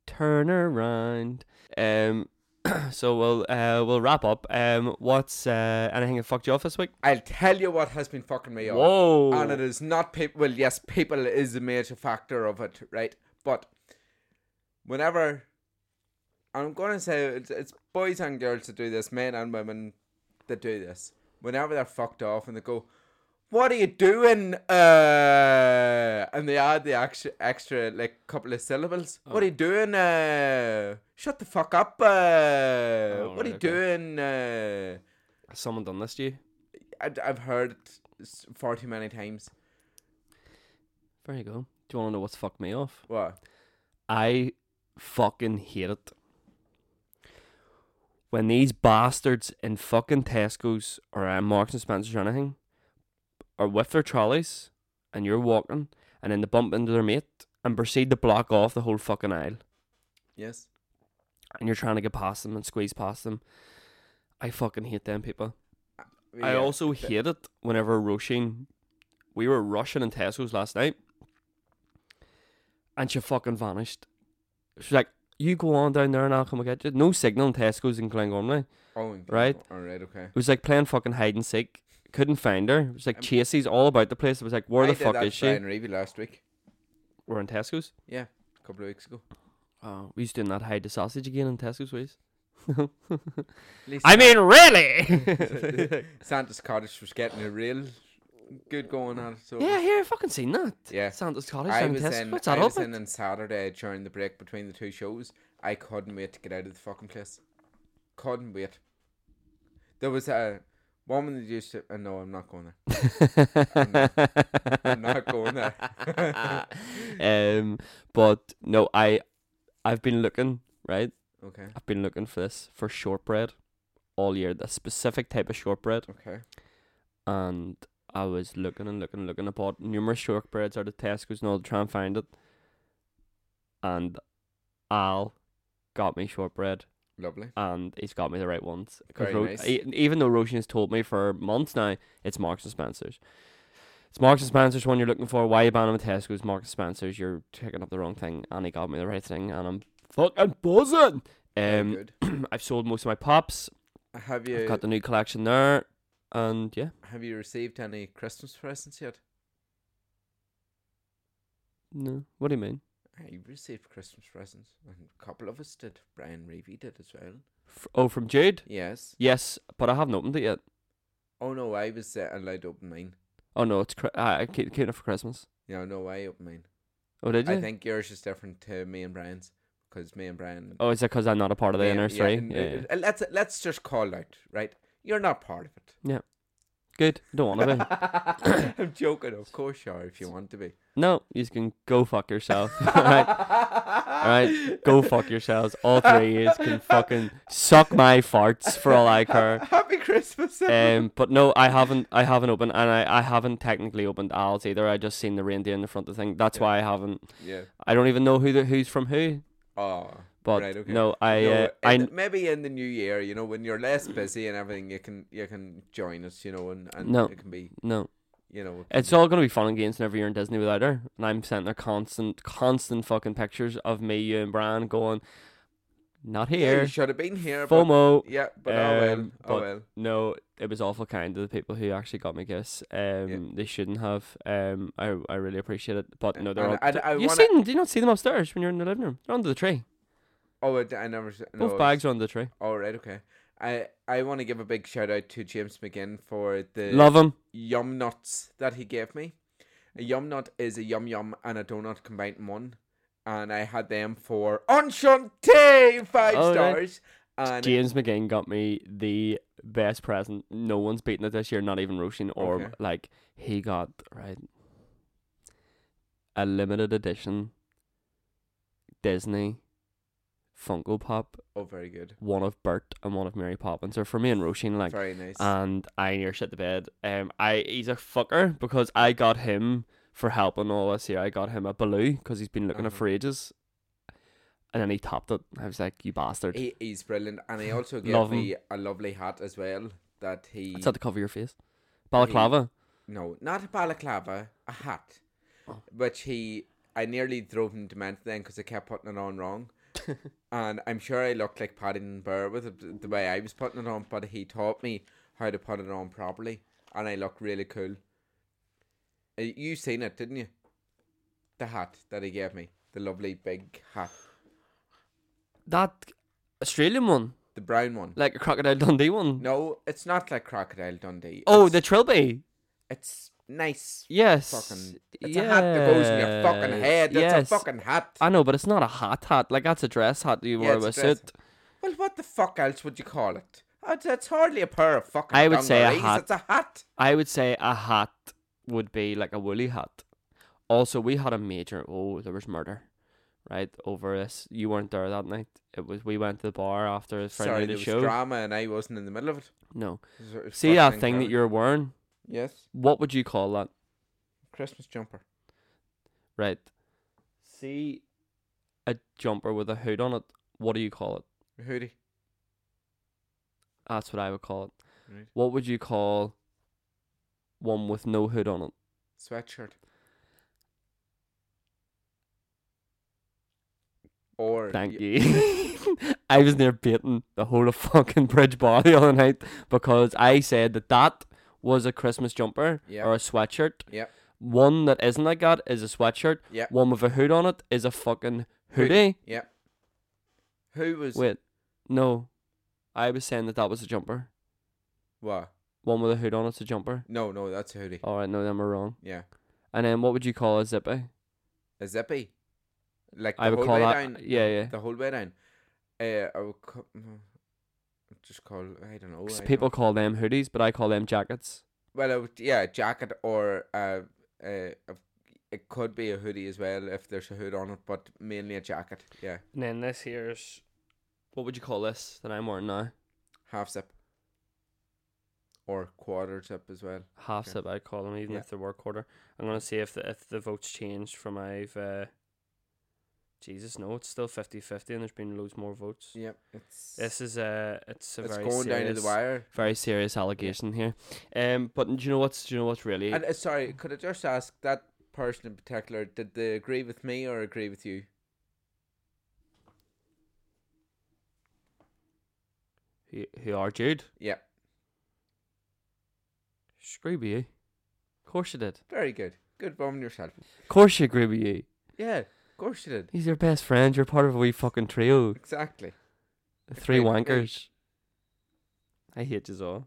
Speaker 1: turn around. Um, so we'll uh we'll wrap up. Um, what's uh anything that fucked you off this week?
Speaker 2: I'll tell you what has been fucking me up.
Speaker 1: Whoa!
Speaker 2: and it is not people. Well, yes, people is a major factor of it, right? But whenever I'm gonna say it's, it's boys and girls that do this, men and women that do this. Whenever they're fucked off and they go, "What are you doing?" Uh, and they add the extra, extra like couple of syllables. What are you doing? Uh, shut the fuck up. Uh, what are you
Speaker 1: right,
Speaker 2: doing? Uh,
Speaker 1: Has someone done this to you?
Speaker 2: I, I've heard it s- far too many times.
Speaker 1: There you go. Do you want to know what's fucked me off?
Speaker 2: What?
Speaker 1: I fucking hate it. When these bastards in fucking Tesco's or uh, Marks and Spencer's or anything are with their trolleys and you're walking and then they bump into their mate and proceed to block off the whole fucking aisle
Speaker 2: Yes.
Speaker 1: and you're trying to get past them and squeeze past them. I fucking hate them people. I
Speaker 2: Yeah.
Speaker 1: also hate it whenever Roisin, we were rushing in Tesco's last night, and she fucking vanished. She's like, "You go on down there, and I'll come and get you." No signal in Tesco's in Glengormley. It
Speaker 2: Oh, in
Speaker 1: right?
Speaker 2: Glasgow. All right. Okay.
Speaker 1: was like playing fucking hide and seek. Couldn't find her. It was like Chasey's all about the place. It was like, "Where
Speaker 2: I
Speaker 1: the
Speaker 2: did
Speaker 1: fuck
Speaker 2: that
Speaker 1: is
Speaker 2: to
Speaker 1: she?"
Speaker 2: Brian Reevy last week.
Speaker 1: We're in Tesco's.
Speaker 2: Yeah, a couple of weeks ago.
Speaker 1: Oh, we used to not hide the sausage again in Tesco's ways.
Speaker 2: At least
Speaker 1: I mean, really?
Speaker 2: Santa's cottage was getting a real good going on. So
Speaker 1: yeah, here, I fucking seen that.
Speaker 2: Yeah.
Speaker 1: Santa's cottage.
Speaker 2: I
Speaker 1: down in
Speaker 2: was
Speaker 1: Tesco's.
Speaker 2: in.
Speaker 1: What's
Speaker 2: I
Speaker 1: that
Speaker 2: was
Speaker 1: up?
Speaker 2: in on Saturday during the break between the two shows. I couldn't wait to get out of the fucking place. Couldn't wait. There was a woman that used to. Uh, no, I'm not going there. I'm not going there.
Speaker 1: um, but no, I, I've been looking right
Speaker 2: Okay.
Speaker 1: I've been looking for this for shortbread all year, the specific type of shortbread.
Speaker 2: Okay.
Speaker 1: And I was looking and looking and looking. I bought numerous shortbreads out of Tesco's and all to try and find it. And Al got me shortbread
Speaker 2: Lovely.
Speaker 1: and he's got me the right ones. 'Cause
Speaker 2: Very
Speaker 1: Ro-
Speaker 2: nice.
Speaker 1: e- even though Roshan has told me for months now, it's Marks and Spencer's. It's Marks and Spencer's one you're looking for. Why you ban them at Tesco's? Marks and Spencer's. You're picking up the wrong thing, and he got me the right thing, and I'm fucking buzzing.
Speaker 2: Very
Speaker 1: Um,
Speaker 2: good.
Speaker 1: I've sold most of my pops.
Speaker 2: Have
Speaker 1: I've
Speaker 2: you
Speaker 1: got the new collection there, and yeah,
Speaker 2: have you received any Christmas presents yet?
Speaker 1: no. What do you mean?
Speaker 2: I received Christmas presents, and a couple of us did. Brian Reevy did as well.
Speaker 1: F- oh, from Jade.
Speaker 2: Yes.
Speaker 1: Yes, but I haven't opened it yet.
Speaker 2: Oh no, I was uh, allowed to open mine.
Speaker 1: Oh no, it's cri- I I keep keep it for Christmas.
Speaker 2: Yeah, no, I opened mine.
Speaker 1: Oh, did you?
Speaker 2: I think yours is different to me and Brian's because me and Brian.
Speaker 1: oh, is it because I'm not a part of the
Speaker 2: me and-
Speaker 1: inner
Speaker 2: yeah,
Speaker 1: three?
Speaker 2: and,
Speaker 1: Yeah, yeah.
Speaker 2: uh, uh, Let's let's just call out, right? You're not part of it.
Speaker 1: Good. Don't want to be.
Speaker 2: I'm joking, of course you are if you want to be.
Speaker 1: No, you can go fuck yourself. Alright, alright, go fuck yourselves. All three of you can fucking suck my farts for all I care.
Speaker 2: Happy Christmas. everyone.
Speaker 1: Um, but no, I haven't. I haven't opened, and I, I haven't technically opened Al's either. I just seen the reindeer in the front of the thing. That's
Speaker 2: Yeah.
Speaker 1: why I haven't.
Speaker 2: yeah.
Speaker 1: I don't even know who the, who's from who.
Speaker 2: Oh.
Speaker 1: But
Speaker 2: Right, okay.
Speaker 1: no, I
Speaker 2: no,
Speaker 1: uh,
Speaker 2: in
Speaker 1: I
Speaker 2: the- maybe in the new year, you know, when you're less busy and everything, you can you can join us, you know, and, and
Speaker 1: No.
Speaker 2: it can be,
Speaker 1: no.
Speaker 2: you know, it can
Speaker 1: It's all gonna be fun and games whenever you're in Disney without her, and I'm sending her constant, constant fucking pictures of me, you, and Brian going, not
Speaker 2: be- yeah, you
Speaker 1: here.
Speaker 2: should have been here. but-
Speaker 1: FOMO.
Speaker 2: yeah, but oh well,
Speaker 1: Um,
Speaker 2: oh
Speaker 1: but-
Speaker 2: well.
Speaker 1: No, it was awful kind of the people who actually got me gifts. Um, they shouldn't have. Um, I I really appreciate it, but no, they're
Speaker 2: And
Speaker 1: all.
Speaker 2: I- I
Speaker 1: you
Speaker 2: wanna-
Speaker 1: seen? Do you not see them upstairs when you're in the living room? They're under the tree.
Speaker 2: Oh, I d- I never. s- No,
Speaker 1: Both bags are under the tree.
Speaker 2: All right, okay. I I want to give a big shout out to James McGinn for the
Speaker 1: Love 'em. Love them.
Speaker 2: yum nuts that he gave me. A yum nut is a yum yum and a donut combined in one, and I had them for Enchanté five
Speaker 1: All right.
Speaker 2: stars. And
Speaker 1: James McGinn got me the best present. No one's beaten it this year. Not even Roshan or
Speaker 2: Okay.
Speaker 1: like he got right a limited edition Disney Funko Pop
Speaker 2: oh, very good,
Speaker 1: one of Bert and one of Mary Poppins are for me and Roisin like
Speaker 2: very nice.
Speaker 1: and I near shit the bed. Um I he's a fucker because I got him for helping all this year. I got him a Baloo because he's been looking at
Speaker 2: Uh-huh.
Speaker 1: for ages. And then he topped it. I was like, You bastard.
Speaker 2: he, he's brilliant, and he also gave
Speaker 1: Love him.
Speaker 2: me a lovely hat as well. That he
Speaker 1: That's not to cover your face. Balaclava.
Speaker 2: no, not a balaclava, a hat,
Speaker 1: Oh.
Speaker 2: which he I nearly drove him demented then because I kept putting it on wrong. and I'm sure I looked like Paddington Bear with it, th- the way I was putting it on, but he taught me how to put it on properly, and I look really cool. Uh, You seen it, didn't you? The hat that he gave me, the lovely big hat,
Speaker 1: that Australian one.
Speaker 2: the brown one.
Speaker 1: Like a crocodile Dundee one.
Speaker 2: No, it's not like Crocodile Dundee.
Speaker 1: Oh,
Speaker 2: it's,
Speaker 1: the trilby.
Speaker 2: it's nice.
Speaker 1: Yes.
Speaker 2: Fucking, it's a hat that goes in your fucking
Speaker 1: Yes.
Speaker 2: head. It's
Speaker 1: yes.
Speaker 2: a fucking hat.
Speaker 1: I know, but it's not a hat hat. Like that's a dress hat that you wear
Speaker 2: Yeah, it's a
Speaker 1: with a
Speaker 2: dress
Speaker 1: suit.
Speaker 2: Well, what the fuck else would you call it? It's, it's hardly a pair of fucking.
Speaker 1: I would say a
Speaker 2: dungarees,
Speaker 1: hat.
Speaker 2: It's a hat.
Speaker 1: I would say a hat would be like a woolly hat. Also, we had a major. Oh, there was murder, right over this. You weren't there that night. It was we went to the bar after a friend
Speaker 2: Sorry,
Speaker 1: of the
Speaker 2: there was
Speaker 1: show.
Speaker 2: drama, and I wasn't in the middle of it.
Speaker 1: no,
Speaker 2: It was- it was
Speaker 1: see that
Speaker 2: fucking
Speaker 1: thing that
Speaker 2: incredible.
Speaker 1: you're wearing.
Speaker 2: yes,
Speaker 1: What would you call that?
Speaker 2: Christmas jumper.
Speaker 1: Right. See a jumper with a hood on it. What do you call it?
Speaker 2: A hoodie.
Speaker 1: That's what I would call it.
Speaker 2: Right.
Speaker 1: What would you call one with no hood on it?
Speaker 2: Sweatshirt. Or
Speaker 1: Thank you. I was near baiting the whole of fucking Bridge Bar the other night because I said that that was a Christmas jumper
Speaker 2: Yeah.
Speaker 1: or a sweatshirt.
Speaker 2: Yep.
Speaker 1: One that isn't like that is a sweatshirt.
Speaker 2: Yep.
Speaker 1: One with a hood on it is a fucking hoodie.
Speaker 2: Yep. Who was
Speaker 1: Wait, no. I was saying that that was a jumper.
Speaker 2: what?
Speaker 1: One with a hood on it's a jumper.
Speaker 2: No, no, that's a hoodie.
Speaker 1: All right, no, then we're wrong.
Speaker 2: Yeah,
Speaker 1: And then what would you call a zippy?
Speaker 2: a zippy. Like the
Speaker 1: I would
Speaker 2: whole
Speaker 1: call
Speaker 2: way
Speaker 1: that.
Speaker 2: down.
Speaker 1: Yeah, yeah.
Speaker 2: the whole way down. Uh, I would co- mm, just call. I don't know.
Speaker 1: 'Cause
Speaker 2: I
Speaker 1: people
Speaker 2: don't-
Speaker 1: call them hoodies, but I call them jackets.
Speaker 2: well, I would, yeah, a jacket or uh, uh, a- it could be a hoodie as well if there's a hood on it, but mainly a jacket. Yeah,
Speaker 1: And then this here's What would you call this that I'm wearing now?
Speaker 2: half zip or quarter zip as well.
Speaker 1: Half
Speaker 2: Okay.
Speaker 1: sip, I call them, even
Speaker 2: Yeah.
Speaker 1: if they were quarter. I'm gonna see if the if the votes changed from I've. Uh, Jesus, no, it's still 50-50 and there's been loads more votes.
Speaker 2: Yep, it's
Speaker 1: This is a it's a
Speaker 2: it's
Speaker 1: very
Speaker 2: going
Speaker 1: serious,
Speaker 2: down to the wire.
Speaker 1: very serious allegation here. Um, but do you know what's do you know what's really
Speaker 2: And uh, sorry, could I just ask that person in particular? Did they agree with me or agree with you?
Speaker 1: who, who argued?
Speaker 2: Yeah,
Speaker 1: Screw you. Of course you did.
Speaker 2: very good. Good woman yourself.
Speaker 1: Of course you agree with you.
Speaker 2: Yeah, of course you did.
Speaker 1: He's your best friend. You're part of a wee fucking trio.
Speaker 2: Exactly.
Speaker 1: Three
Speaker 2: private group.
Speaker 1: wankers. I hate you all.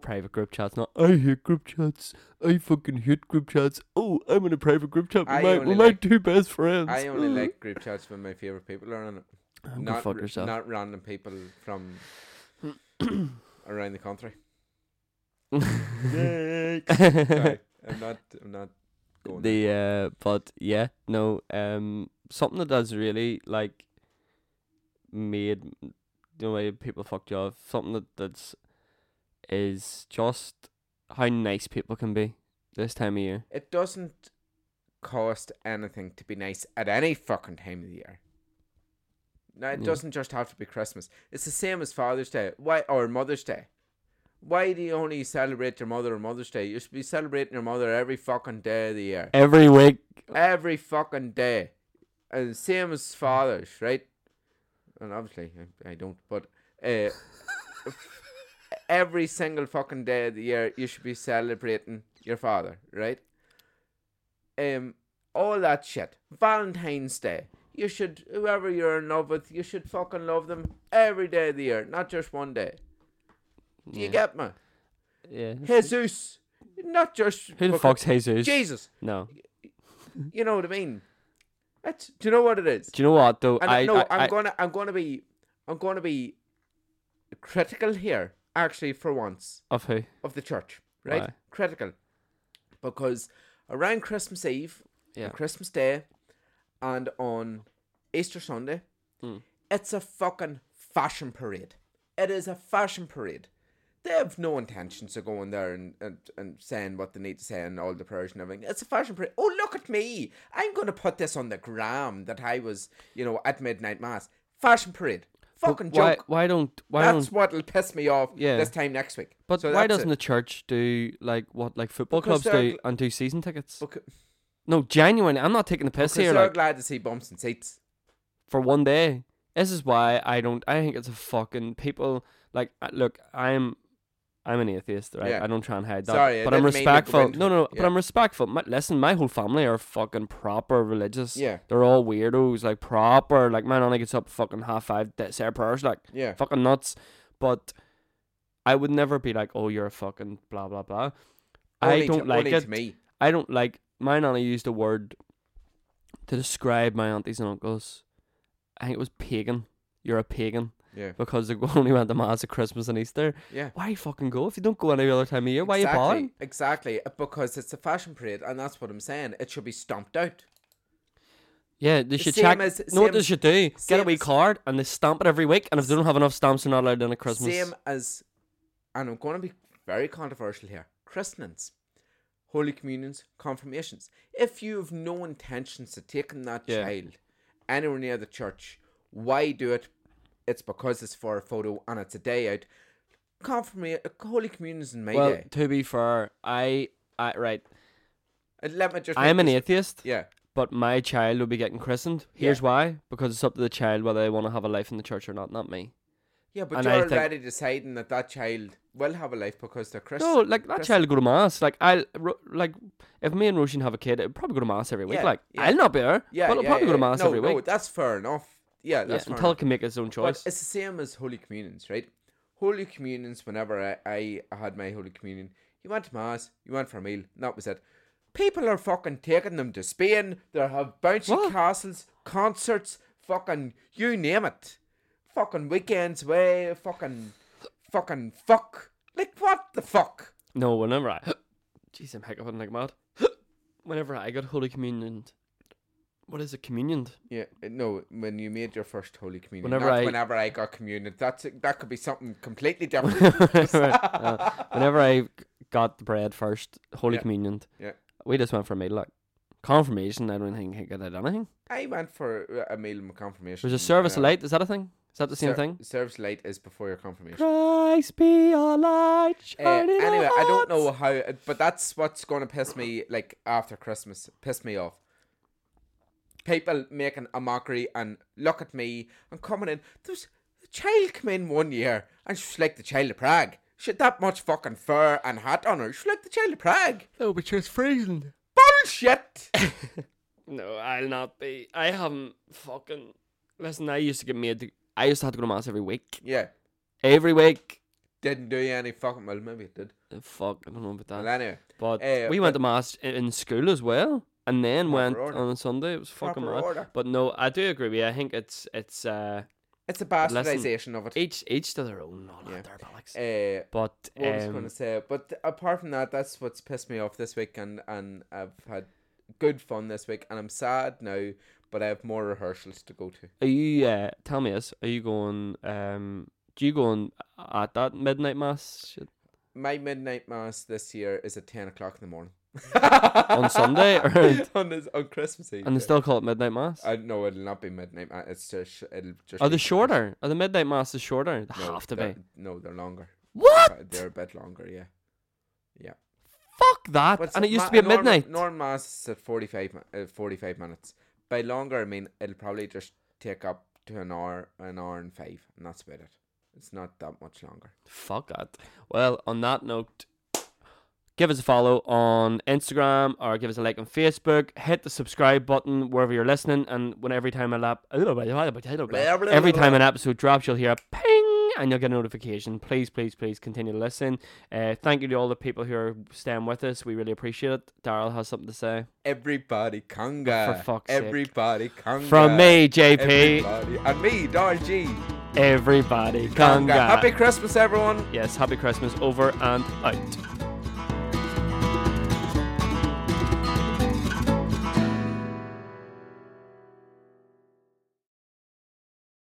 Speaker 1: Private group chats. Not I hate group chats. I fucking hate group chats. Oh, I'm in a private group chat
Speaker 2: I
Speaker 1: with my,
Speaker 2: only
Speaker 1: with my
Speaker 2: like-
Speaker 1: two best friends.
Speaker 2: I only like group chats when my favorite people are in it.
Speaker 1: Oh, Mm-hmm. go
Speaker 2: Not
Speaker 1: fuck
Speaker 2: r-
Speaker 1: yourself.
Speaker 2: Not random people from around the country. Sorry, I'm not. I'm not going.
Speaker 1: the uh but yeah no um something that has really like made m- the way people fucked you off something that that's is just how nice people can be this time of year
Speaker 2: It doesn't cost anything to be nice at any fucking time of the year. Now it
Speaker 1: Yeah.
Speaker 2: doesn't just have to be Christmas. It's the same as Father's Day. Why or Mother's Day? Why do you only celebrate your mother on Mother's Day? You should be celebrating your mother every fucking day of the year.
Speaker 1: every week
Speaker 2: Every fucking day. And same as fathers, right? And obviously I, I don't, but uh, every single fucking day of the year you should be celebrating your father, right? Um, all that shit. Valentine's Day. You should whoever you're in love with, you should fucking love them every day of the year, not just one day. Do
Speaker 1: yeah.
Speaker 2: you get me?
Speaker 1: yeah
Speaker 2: Jesus, not just
Speaker 1: who the
Speaker 2: fucking-
Speaker 1: fuck's Jesus
Speaker 2: Jesus.
Speaker 1: no
Speaker 2: You know what I mean? That's, do you know what it is?
Speaker 1: do you know what though
Speaker 2: And
Speaker 1: I,
Speaker 2: no,
Speaker 1: I,
Speaker 2: am
Speaker 1: I-
Speaker 2: gonna I'm gonna be I'm gonna be critical here, actually for once,
Speaker 1: of who
Speaker 2: of the church. Right?
Speaker 1: Why?
Speaker 2: Critical. Because around Christmas Eve
Speaker 1: Yeah.
Speaker 2: and Christmas Day and on Easter Sunday,
Speaker 1: Mm.
Speaker 2: it's a fucking fashion parade. It is a fashion parade. They have no intentions of going there and, and, and saying what they need to say and all the prayers and everything. It's a fashion parade. Oh, look at me. I'm going to put this on the gram that I was, you know, at midnight mass. Fashion parade. Fucking
Speaker 1: why,
Speaker 2: joke.
Speaker 1: why don't why
Speaker 2: That's
Speaker 1: don't
Speaker 2: what'll piss me off
Speaker 1: Yeah.
Speaker 2: this time next week.
Speaker 1: but
Speaker 2: So
Speaker 1: why
Speaker 2: that's
Speaker 1: doesn't
Speaker 2: it.
Speaker 1: the church do like what like football
Speaker 2: Because
Speaker 1: clubs
Speaker 2: they're
Speaker 1: do
Speaker 2: gl-
Speaker 1: and do season tickets
Speaker 2: Becau-
Speaker 1: No, genuinely, I'm not taking the piss
Speaker 2: Because
Speaker 1: here.
Speaker 2: they're
Speaker 1: Like
Speaker 2: glad to see bumps and seats.
Speaker 1: for one day, this is why I don't. I think it's a fucking people. Like, I- look, I'm, I'm an atheist, right?
Speaker 2: Yeah.
Speaker 1: I don't try and hide that.
Speaker 2: Sorry, I
Speaker 1: but I'm
Speaker 2: didn't mean to go
Speaker 1: respectful.
Speaker 2: into
Speaker 1: No, no, no,
Speaker 2: it.
Speaker 1: but
Speaker 2: Yeah.
Speaker 1: I'm respectful. My, listen, my whole family are fucking proper religious.
Speaker 2: Yeah.
Speaker 1: they're all weirdos, like proper. Like my nana gets up fucking half five, that say her prayers, like
Speaker 2: Yeah.
Speaker 1: fucking nuts. But I would never be like, oh, you're a fucking blah blah blah. I
Speaker 2: Only
Speaker 1: don't
Speaker 2: to,
Speaker 1: like
Speaker 2: only
Speaker 1: it.
Speaker 2: To me.
Speaker 1: I don't like my nana used a word to describe my aunties and uncles. I think it was pagan. You're a pagan
Speaker 2: Yeah.
Speaker 1: because they only went to mass at Christmas and Easter.
Speaker 2: Yeah.
Speaker 1: Why fucking go if you don't go any other time of year? Why
Speaker 2: exactly,
Speaker 1: you bothering?
Speaker 2: Exactly, Uh, because it's a fashion parade, and that's what I'm saying. It should be stomped out.
Speaker 1: Yeah, they should
Speaker 2: Same
Speaker 1: check.
Speaker 2: as-
Speaker 1: know what
Speaker 2: same
Speaker 1: they
Speaker 2: as-
Speaker 1: should do? Get a
Speaker 2: same
Speaker 1: wee
Speaker 2: as-
Speaker 1: card and they stamp it every week. And if they don't have enough stamps, they're not allowed in at Christmas.
Speaker 2: Same as, and I'm going to be very controversial here christenings, holy communions, confirmations. If you have no intentions of taking that
Speaker 1: Yeah.
Speaker 2: child anywhere near the church, why do it? It's because it's for a photo and it's a day out. Confirmation, holy communions in my
Speaker 1: Well,
Speaker 2: day.
Speaker 1: to be fair, I, I right,
Speaker 2: And Uh, let me just.
Speaker 1: I am
Speaker 2: make
Speaker 1: an
Speaker 2: this-
Speaker 1: atheist.
Speaker 2: Yeah.
Speaker 1: but my child will be getting christened. Here's
Speaker 2: Yeah.
Speaker 1: why: because it's up to the child whether they want to have a life in the church or not, not me.
Speaker 2: Yeah, but
Speaker 1: And I
Speaker 2: you're
Speaker 1: think-
Speaker 2: already deciding that that child will have a life because they're Christian.
Speaker 1: No, like that child will go to mass. Like I, will like if me and Roshan have a kid, it'll probably go to mass every week.
Speaker 2: Yeah,
Speaker 1: like
Speaker 2: yeah.
Speaker 1: I'll not be there, yeah, but it'll probably go to mass
Speaker 2: no,
Speaker 1: every
Speaker 2: no,
Speaker 1: week.
Speaker 2: that's fair enough. Yeah,
Speaker 1: Yeah,
Speaker 2: that's fair
Speaker 1: until it
Speaker 2: enough.
Speaker 1: can make its own
Speaker 2: But
Speaker 1: choice.
Speaker 2: it's the same as Holy Communions, right? Holy Communions, whenever I, I had my Holy Communion, you went to Mass, you went for a meal, and that was it. People are fucking taking them to Spain. They have bouncy
Speaker 1: What?
Speaker 2: castles, concerts, fucking you name it. Fucking weekends away, fucking, fucking fuck. Like, what the fuck?
Speaker 1: No, whenever I, jeez, I'm hiccuping like mad. Whenever I got Holy Communion, what is it? Communion.
Speaker 2: Yeah, uh, no. When you made your first holy communion,
Speaker 1: Whenever
Speaker 2: that's
Speaker 1: I-
Speaker 2: whenever I got communion, that's that could be something completely different.
Speaker 1: Uh, Whenever I got the bread first, Holy
Speaker 2: Yeah.
Speaker 1: Communion.
Speaker 2: Yeah.
Speaker 1: We just went for a meal. Like confirmation, I don't think I did anything.
Speaker 2: I went for a meal and confirmation.
Speaker 1: There's a service
Speaker 2: uh,
Speaker 1: of light. Is that a thing? Is that the same
Speaker 2: ser-
Speaker 1: thing?
Speaker 2: Service light is before your confirmation.
Speaker 1: Christ be a light.
Speaker 2: Uh, anyway, I don't know how, uh, but that's what's going to piss me like after Christmas, piss me off. People making a mockery and look at me and coming in. There's a child came in one year and she was like the child of Prague. She had that much fucking fur and hat on her. She was like the child of Prague.
Speaker 1: No, but it's freezing.
Speaker 2: Bullshit.
Speaker 1: No, I'll not be. I haven't fucking. Listen, I used to get made. To, I used to have to go to mass every week.
Speaker 2: yeah,
Speaker 1: Every week.
Speaker 2: didn't do you any fucking well. Maybe it did.
Speaker 1: Uh, Fuck, I don't know about that.
Speaker 2: Well, anyway,
Speaker 1: But
Speaker 2: Eh,
Speaker 1: we went to mass i- in school as well, and then
Speaker 2: Proper
Speaker 1: went
Speaker 2: order.
Speaker 1: on a Sunday. It was fucking
Speaker 2: Proper
Speaker 1: mad.
Speaker 2: order.
Speaker 1: But no, I do agree with you. I think it's it's uh,
Speaker 2: it's a
Speaker 1: listen,
Speaker 2: bastardization of it.
Speaker 1: each each to their own. All
Speaker 2: Yeah.
Speaker 1: that there, bollocks.
Speaker 2: Uh,
Speaker 1: but
Speaker 2: what I was going
Speaker 1: um,
Speaker 2: to say. But th- apart from that, that's what's pissed me off this week, and, and I've had good fun this week, and I'm sad now, but I have more rehearsals to go to.
Speaker 1: are you? Uh, tell me this. Are you going? Um, do you go on uh, at that midnight mass shit
Speaker 2: My midnight mass this year is at ten o'clock in the morning.
Speaker 1: on Sunday, or, and
Speaker 2: on this, on Christmas Eve.
Speaker 1: they still call it midnight mass?
Speaker 2: I no, it'll not be midnight mass. It's just it'll just.
Speaker 1: Are
Speaker 2: be
Speaker 1: they shorter? Are the midnight masses shorter? They have to be.
Speaker 2: they're- No, they're longer.
Speaker 1: What?
Speaker 2: Uh, They're a bit longer, yeah.
Speaker 1: Fuck that!
Speaker 2: But
Speaker 1: and
Speaker 2: so
Speaker 1: it used
Speaker 2: ma-
Speaker 1: to be at
Speaker 2: norm-
Speaker 1: midnight.
Speaker 2: Norm mass is at 45, mi- uh, 45 minutes. By longer, I mean it'll probably just take up to an hour, an hour and five, and that's about it. It's not that much longer.
Speaker 1: Fuck that. Well, on that note, give us a follow on Instagram or give us a like on Facebook. Hit the subscribe button wherever you're listening, and when every time a lap, every time an episode drops, you'll hear a ping, and you'll get a notification. Please, please, please continue to listen. Uh, thank you to all the people who are staying with us. We really appreciate it. Daryl has something to say
Speaker 2: Everybody conga.
Speaker 1: For fuck's sake.
Speaker 2: Everybody conga.
Speaker 1: from me, JP.
Speaker 2: Everybody. And me, Dar G.
Speaker 1: Everybody,
Speaker 2: Conga.
Speaker 1: conga.
Speaker 2: Happy Christmas, everyone.
Speaker 1: yes, happy Christmas. Over and out.